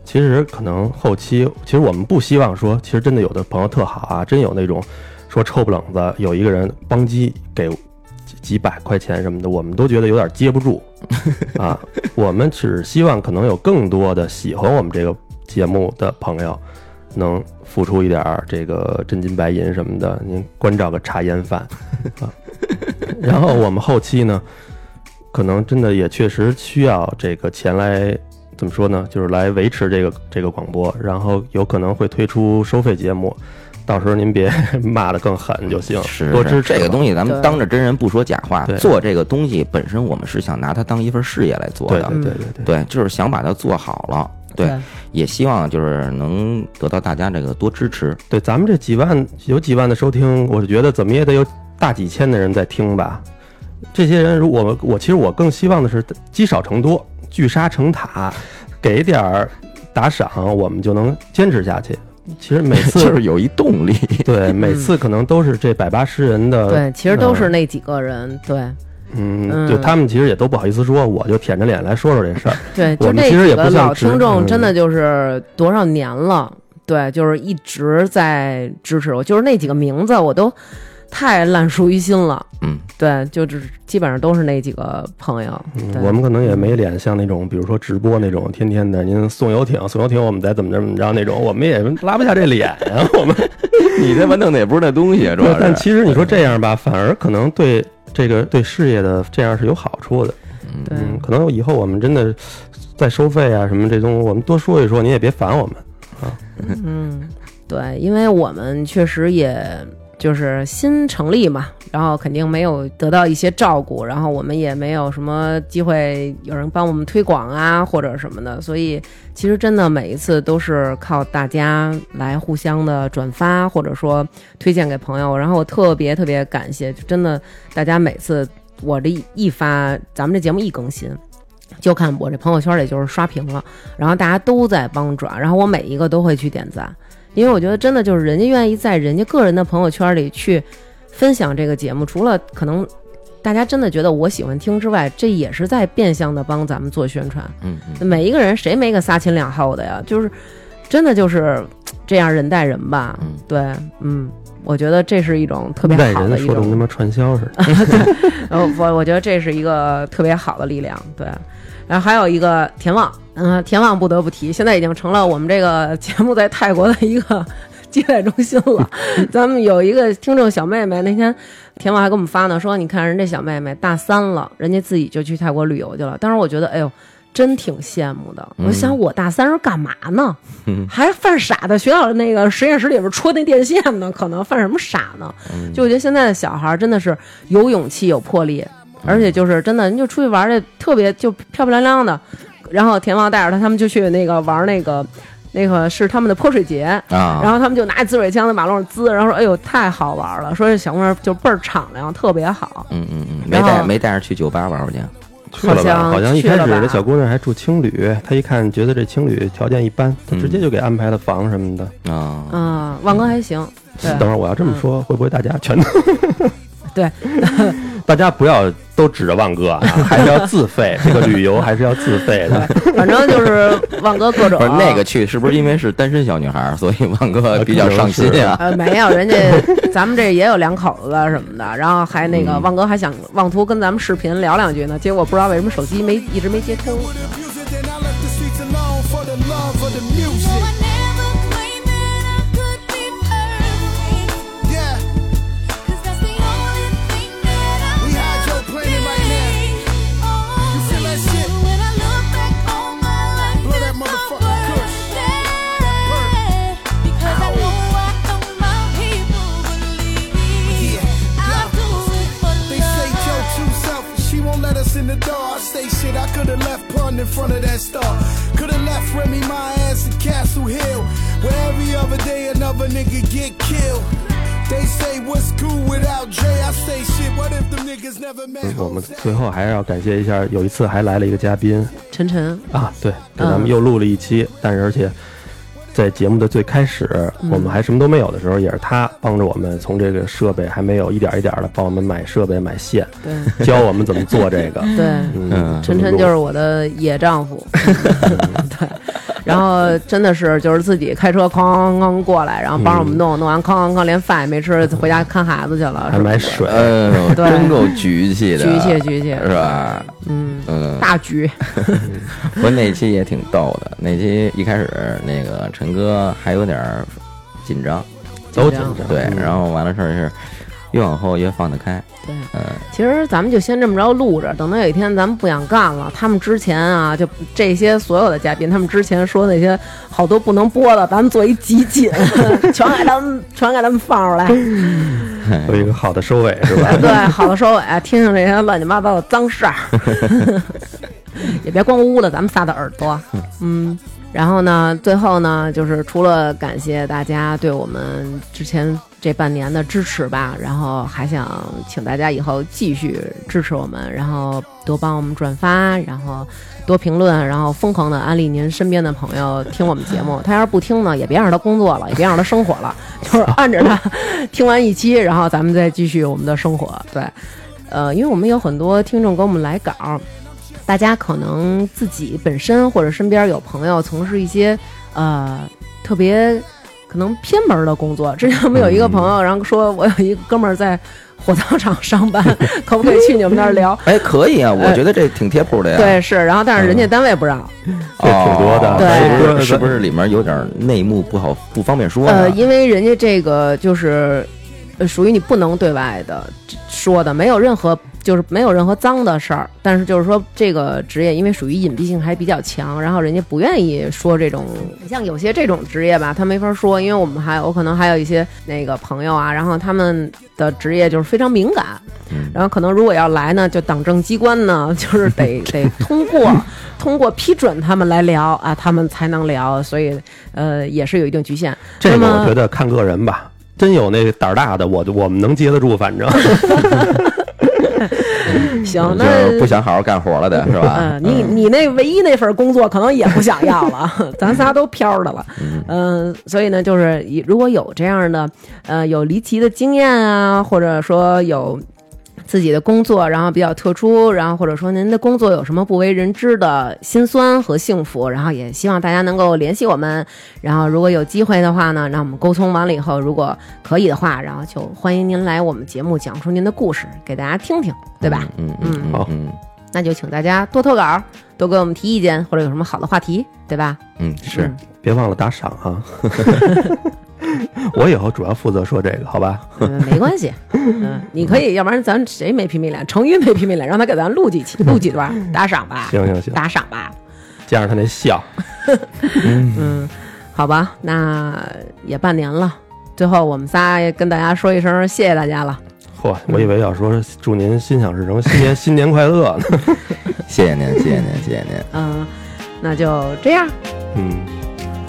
C: 其实可能后期，其实我们不希望说，其实真的有的朋友特好啊，真有那种说臭不冷子，有一个人邦机给几几百块钱什么的，我们都觉得有点接不住 啊。我们只希望可能有更多的喜欢我们这个节目的朋友。能付出一点儿这个真金白银什么的，您关照个茶烟饭啊。然后我们后期呢，可能真的也确实需要这个钱来怎么说呢？就是来维持这个这个广播，然后有可能会推出收费节目，到时候您别 骂的更狠就行，
D: 是
C: 多支持
D: 这个东
C: 西。
D: 西，咱们
A: 对
D: 当着真人不说假话
C: 对。
D: 做这个东西本身，我们是想拿它当一份事业来做
C: 对
D: 的，
C: 对对对对，
D: 对，就是想把它做好了。对，也希望就是能得到大家这个多支持。
C: 对咱们这几万有几万的收听，我是觉得怎么也得有大几千的人在听吧。这些人，如果我我其实我更希望的是积少成多，聚沙成塔，给点儿打赏，我们就能坚持下去。其实每 次
D: 就是有一动 力，
C: 对，每次可能都是这百八十人的，
A: 对，其实都是那几个人，对
C: 嗯，
A: 嗯
C: 就他们其实也都不好意思说，我就舔着脸来说说这事儿。
A: 对，就
C: 我们
A: 这
C: 其实也
A: 几
C: 不
A: 个
C: 算
A: 老
C: 直
A: 听众，
C: 嗯
A: 真的就是多少年了，对，就是一直在支持我，就是那几个名字我都太烂熟于心了。
D: 嗯，
A: 对，就是基本上都是那几个朋友。
C: 嗯
A: 对
C: 我们可能也没脸像那种，比如说直播那种，天天的您送游艇，送游艇，我们再怎么着怎么着那种，我们也拉不下这脸啊，我们。
D: 你他妈弄的也不是那东西，啊主要
C: 但
D: 是。
C: 其实你说这样吧，反而可能对这个对事业的这样是有好处的。
A: 对，
C: 嗯，可能以后我们真的在收费啊什么这东西，我们多说一说，您也别烦我们。
A: 嗯，对，因为我们确实也就是新成立嘛，然后肯定没有得到一些照顾，然后我们也没有什么机会有人帮我们推广啊或者什么的，所以其实真的每一次都是靠大家来互相的转发或者说推荐给朋友，然后我特别特别感谢，就真的大家每次我这一一发，咱们这节目一更新。就看我这朋友圈里就是刷屏了，然后大家都在帮转，然后我每一个都会去点赞，因为我觉得真的就是人家愿意在人家个人的朋友圈里去分享这个节目，除了可能大家真的觉得我喜欢听之外，这也是在变相的帮咱们做宣传。
D: 嗯嗯，
A: 每一个人谁没个仨亲两好的呀？就是真的就是这样人带人吧。
D: 嗯
A: 对，嗯，我觉得这是一种特别
C: 外
A: 好
C: 人
A: 的一
C: 说的
A: 种
C: 跟他妈传销似 的。
A: 然后我我觉得这是一个特别好的力量，对。然后还有一个田望，嗯、田望不得不提，现在已经成了我们这个节目在泰国的一个 接待中心了。咱们有一个听众小妹妹，那天田望还给我们发呢，说你看人这小妹妹大三了，人家自己就去泰国旅游去了。当时我觉得，哎呦。真挺羡慕的，我想我大三时候干嘛呢？还犯傻的，学校那个实验室里边戳那电线呢，可能犯什么傻呢？就我觉得现在的小孩儿真的是有勇气、有魄力，而且就是真的，你就出去玩的特别就漂漂亮亮的。然后田旺带着他，他们就去那个玩那个，那个是他们的泼水节
D: 啊
A: 然后他们就拿滋水枪在马路上滋，然后说：“哎呦，太好玩了！”说这小姑娘就倍儿敞亮，特别好。
D: 嗯嗯嗯，没
A: 然后
D: 带没带着去酒吧玩儿去，
C: 去了
A: 好像
C: 吧？好像一
A: 去
C: 开
A: 了
C: 始
A: 吧
C: 这小姑娘还住青旅，她一看觉得这青旅条件一般，她直接就给安排了房什么的。
D: 啊、
A: 嗯，旺哥还行，对嗯
C: 等会儿我要这么说，会不会大家全都？
A: 对，
C: 大家不要都指着旺 哥啊，还是要自费。这个旅游还是要自费的。
A: 反正就是旺哥各种
D: 不是那个去，是不是因为是单身小女孩儿，所以旺哥比较上心啊？
A: 呃，没有， 人家咱们这也有两口子什么的，然后还那
D: 嗯
A: 个旺哥还想妄图跟咱们视频聊两句呢，结果不知道为什么手机没一直没接通。
D: 嗯
E: With the music, then I let
G: Another day, another nigga get killed. They say what's cool without Dre. I say shit. What if them niggas never met?
C: 我们
G: Jose?
C: 最后还是要感谢一下，有一次还来了一个嘉宾
A: 晨晨，
C: 啊，对，给咱
A: 嗯
C: 们又录了一期，但是而且在节目的最开始，
A: 嗯
C: 我们还什么都没有的时候，也是他帮着我们从这个设备还没有一点一点的帮我们买设备、买线，
A: 对
C: 教我们怎么做这个。
A: 对，
C: 嗯，
A: 晨晨就是我的野丈夫，对，然后真的是就是自己开车哐哐哐过来，然后帮着我们弄，弄完哐哐哐连饭也没吃，回家看孩子去了，
C: 还
A: 是吧
C: 买水，
D: 呃，
A: 对
D: 真够局气的，
A: 局气局气嗯
D: 是吧？
A: 大局，
D: 我那期也挺逗的，那期一开始那个陈哥还有点儿紧张，
C: 都紧张。嗯
D: 对，然后完了事儿是越往后越放得开，
A: 对，
D: 嗯，
A: 其实咱们就先这么着录着，等到有一天咱们不想干了，他们之前啊，就这些所有的嘉宾，他们之前说那些好多不能播的，咱们做一集锦， 全给他们全给他们放出来。
C: 有一个好的收尾是 吧？
A: 对，好的收尾，啊听听这些乱七八糟的脏事儿，也别光污了咱们仨的耳朵。嗯，然后呢，最后呢，就是除了感谢大家对我们之前这半年的支持吧，然后还想请大家以后继续支持我们，然后多帮我们转发，然后多评论，然后疯狂的安利您身边的朋友听我们节目。他要是不听呢，也别让他工作了，也别让他生活了，就是按着他听完一期，然后咱们再继续我们的生活。对，呃，因为我们有很多听众给我们来稿，大家可能自己本身或者身边有朋友从事一些呃特别可能偏门的工作。之前我们有一个朋友，然后说我有一个哥们儿在火葬场上班， 可不可以去你们那儿聊？
D: 哎，可以啊，我
A: 哎
D: 觉得这挺贴谱的呀，
A: 对，是，然后但是人家单位不让，
D: 哦，
C: 这挺多的
A: 对
D: 是不是是不是里面有点儿内幕不好不方便说
A: 呃，
D: 呢？
A: 因为人家这个就是呃属于你不能对外的说的，没有任何就是没有任何脏的事儿。但是就是说这个职业，因为属于隐蔽性还比较强，然后人家不愿意说这种，嗯像有些这种职业吧，他没法说，因为我们还我可能还有一些那个朋友啊，然后他们的职业就是非常敏感，
C: 嗯
A: 然后可能如果要来呢，就党政机关呢， 就是 得得通过通过批准他们来聊啊，他们才能聊，所以呃也是有一定局限。
C: 这
A: 那
C: 个
A: 么
C: 我觉得看个人吧。真有那胆儿大的，我就我们能接得住，反正
A: 行，
D: 嗯就
A: 那
D: 是不想好好干活了的是吧
A: 嗯，？你你那唯一那份工作可能也不想要了， 咱仨都飘着了。嗯，所以呢，就是以如果有这样的，呃，有离奇的经验啊，或者说有。自己的工作，然后比较特殊，然后或者说您的工作有什么不为人知的辛酸和幸福，然后也希望大家能够联系我们，然后如果有机会的话呢，让我们沟通完了以后，如果可以的话，然后就欢迎您来我们节目讲述您的故事，给大家听听，对吧？
D: 嗯嗯嗯
C: 好
D: 嗯
A: 那就请大家多投稿，多给我们提意见，或者有什么好的话题，对 吧？
D: 嗯，是
A: 嗯
C: 别忘了打赏 啊！ 我以后主要负责说这个，好吧？
A: 嗯，没关系，嗯，你可以，要不然咱谁没皮没脸，成云没皮没脸，让他给咱录几 期，录几段，打赏吧，
C: 行行行
A: 打赏吧，
C: 加上他那笑，
A: 好吧，那也半年了，最后我们仨也跟大家说一声谢谢大家了，
C: 嚯！我以为要说祝您心想事成，新 年新年快乐呢。
D: 谢谢您，谢谢您，谢谢您，
A: 嗯，那就这样，
C: 嗯，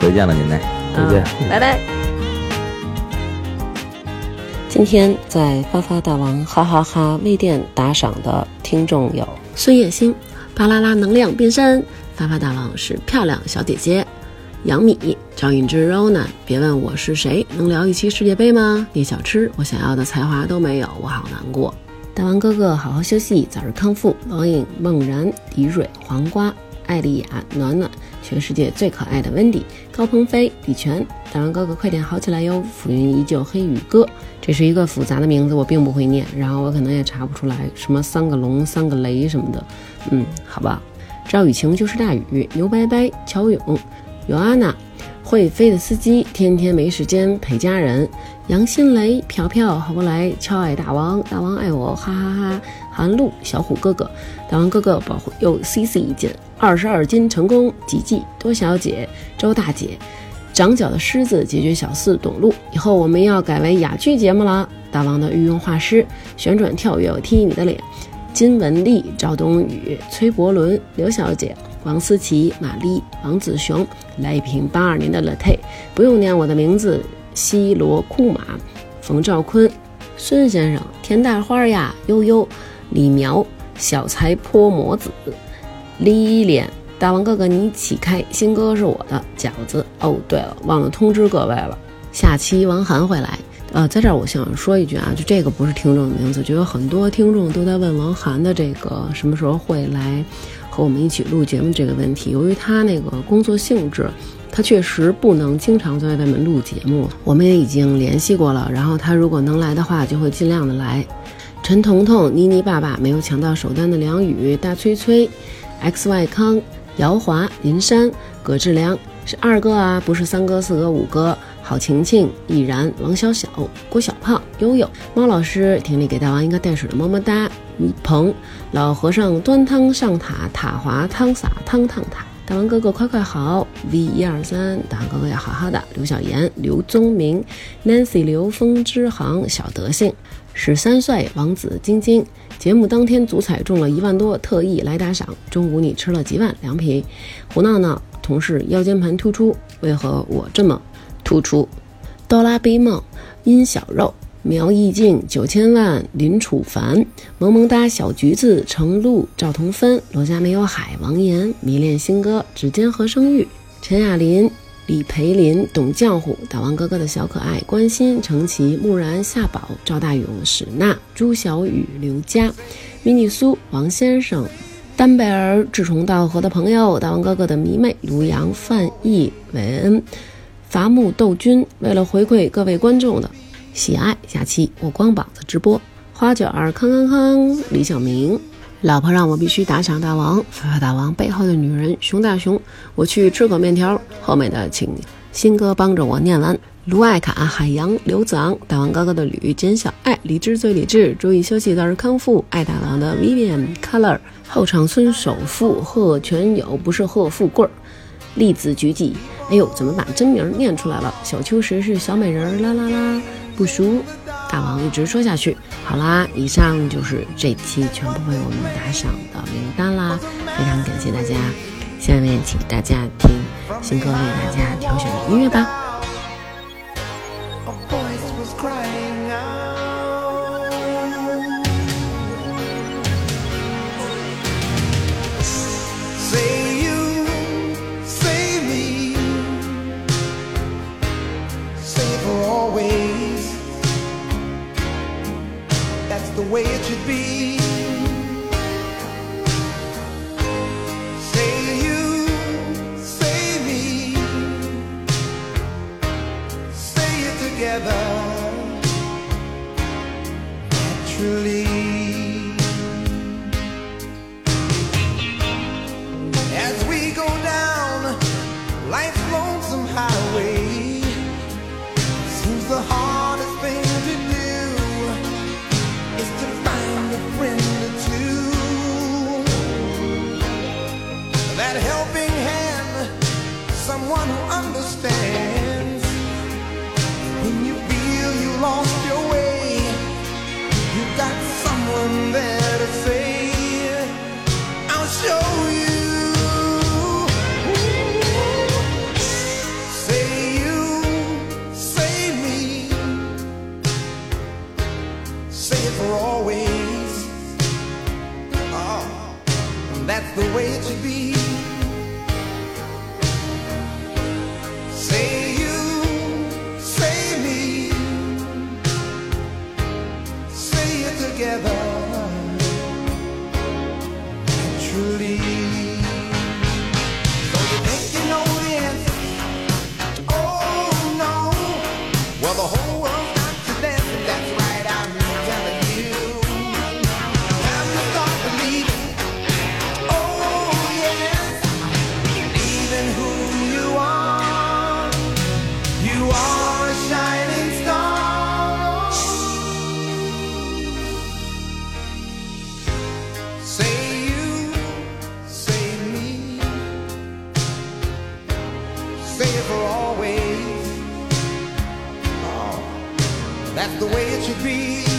D: 回见了您嘞。
A: 嗯
C: 再见。
A: 拜拜。
H: 今天在发发大王哈哈哈微店打赏的听众有孙叶欣、巴啦啦能量变身、发发大王是漂亮小姐姐、杨米、赵允之 Rona。别问我是谁，能聊一期世界杯吗？聂小吃，我想要的才华都没有，我好难过。大王哥哥，好好休息，早日康复。王颖、梦然、李蕊、黄瓜、艾丽雅、暖暖，全世界最可爱的温迪、高鹏飞、李泉。大王哥哥，快点好起来哟！浮云依旧，黑羽哥，这是一个复杂的名字，我并不会念，然后我可能也查不出来什么三个龙、三个雷什么的。嗯，好吧。赵雨晴就是大雨，牛掰掰，乔勇，尤安娜，会飞的司机，天天没时间陪家人。杨新雷、朴朴、何不来、超爱大王、大王爱我，哈哈哈韩露、小虎哥哥、大王哥哥保护又 CC 一件，二十二斤成功，吉吉、多小姐、周大姐、长角的狮子解决小四董路。以后我们要改为哑剧节目啦！大王的御用画师，旋转跳跃，我踢你的脸。金文丽、赵冬雨、崔伯伦、刘小姐、王思琪、玛丽、王子雄，来一瓶八二年的 Latte，不用念我的名字，西罗库马，冯兆坤，孙先生，田大花呀，悠悠，李苗，小才泼魔子，李脸，大王哥哥你起开，新歌是我的饺子。哦，对了，忘了通知各位了，下期王涵会来。呃，在这儿我想说一句啊，就这个不是听众的名字，就有很多听众都在问王涵的这个什么时候会来和我们一起录节目这个问题。由于他那个工作性质，他确实不能经常在外面录节目。我们也已经联系过了，然后他如果能来的话，就会尽量的来。陈彤彤、妮妮爸爸没有抢到首单的梁宇、大崔崔、X Y 康、姚华、林珊、葛志良是二哥啊，不是三哥、四哥、五哥。郝晴晴、易然、王小小、郭小胖、悠悠、猫老师，婷丽给大王一个带水的么么哒。于鹏、老和尚端汤上塔，塔滑汤洒汤烫塔。大王哥哥快快好，V 一二三，大王哥哥要好好的。刘小妍、刘宗明、Nancy、刘风之航、小德性。十三岁王子晶晶。节目当天足彩中了一万多，特意来打赏。中午你吃了几碗凉皮？胡闹闹同事腰间盘突出，为何我这么突出？哆啦 A 梦、殷小肉、苗艺静、九千万、林楚凡、萌萌哒小橘子、程璐、赵同芬、罗家没有海、王岩、迷恋新歌、指尖和声玉、陈雅琳、李培林、董浆糊、大王哥哥的小可爱、关心、程琦、木然、夏宝、赵大勇、史娜、朱小雨、刘佳、迷你苏、王先生、丹贝尔、志同道合的朋友、大王哥哥的迷妹、卢阳、范毅、韦恩、伐木斗君。为了回馈各位观众的喜爱，下期我光膀子直播，花卷儿康康康，李小明。老婆让我必须打赏大王，发发大王背后的女人熊大熊，我去吃口面条。后面的请新哥帮着我念完。卢爱卡、海洋、刘子昂、大王哥哥的吕、简小爱、理智最理智，注意休息，早日康复。爱大王的 Vivian Color，后场村首富贺全友，不是贺富贵儿。栗子菊记，哎呦，怎么把真名念出来了？小秋实是小美人儿，啦啦啦，不熟。大王一直说下去。好啦，以上就是这期全部为我们打赏的名单啦，非常感谢大家。下面请大家听新歌为大家挑选的音乐吧。
E: A voice was crying out. Say you, save me, save her always. That's the way it should be. Say you, save me. Say it together naturally. As we go down life's lonesome highway, seems the hardest thing to do is to find a friend or two. That helping hand, someone who understands. When you feel you lost your way, you got someone there to say, I'll show you. Say you, save me, save for always. Oh, that's the way it should be. Say you, say me, say it together naturally. So you think you know the answer? Oh no. Well, the whole world's not your dancer. That's right, I'm telling you. Time to start believing. Oh yes. Even who you are, you are a shining star. Say you, say me, say it for always. Oh, that's the way it should be.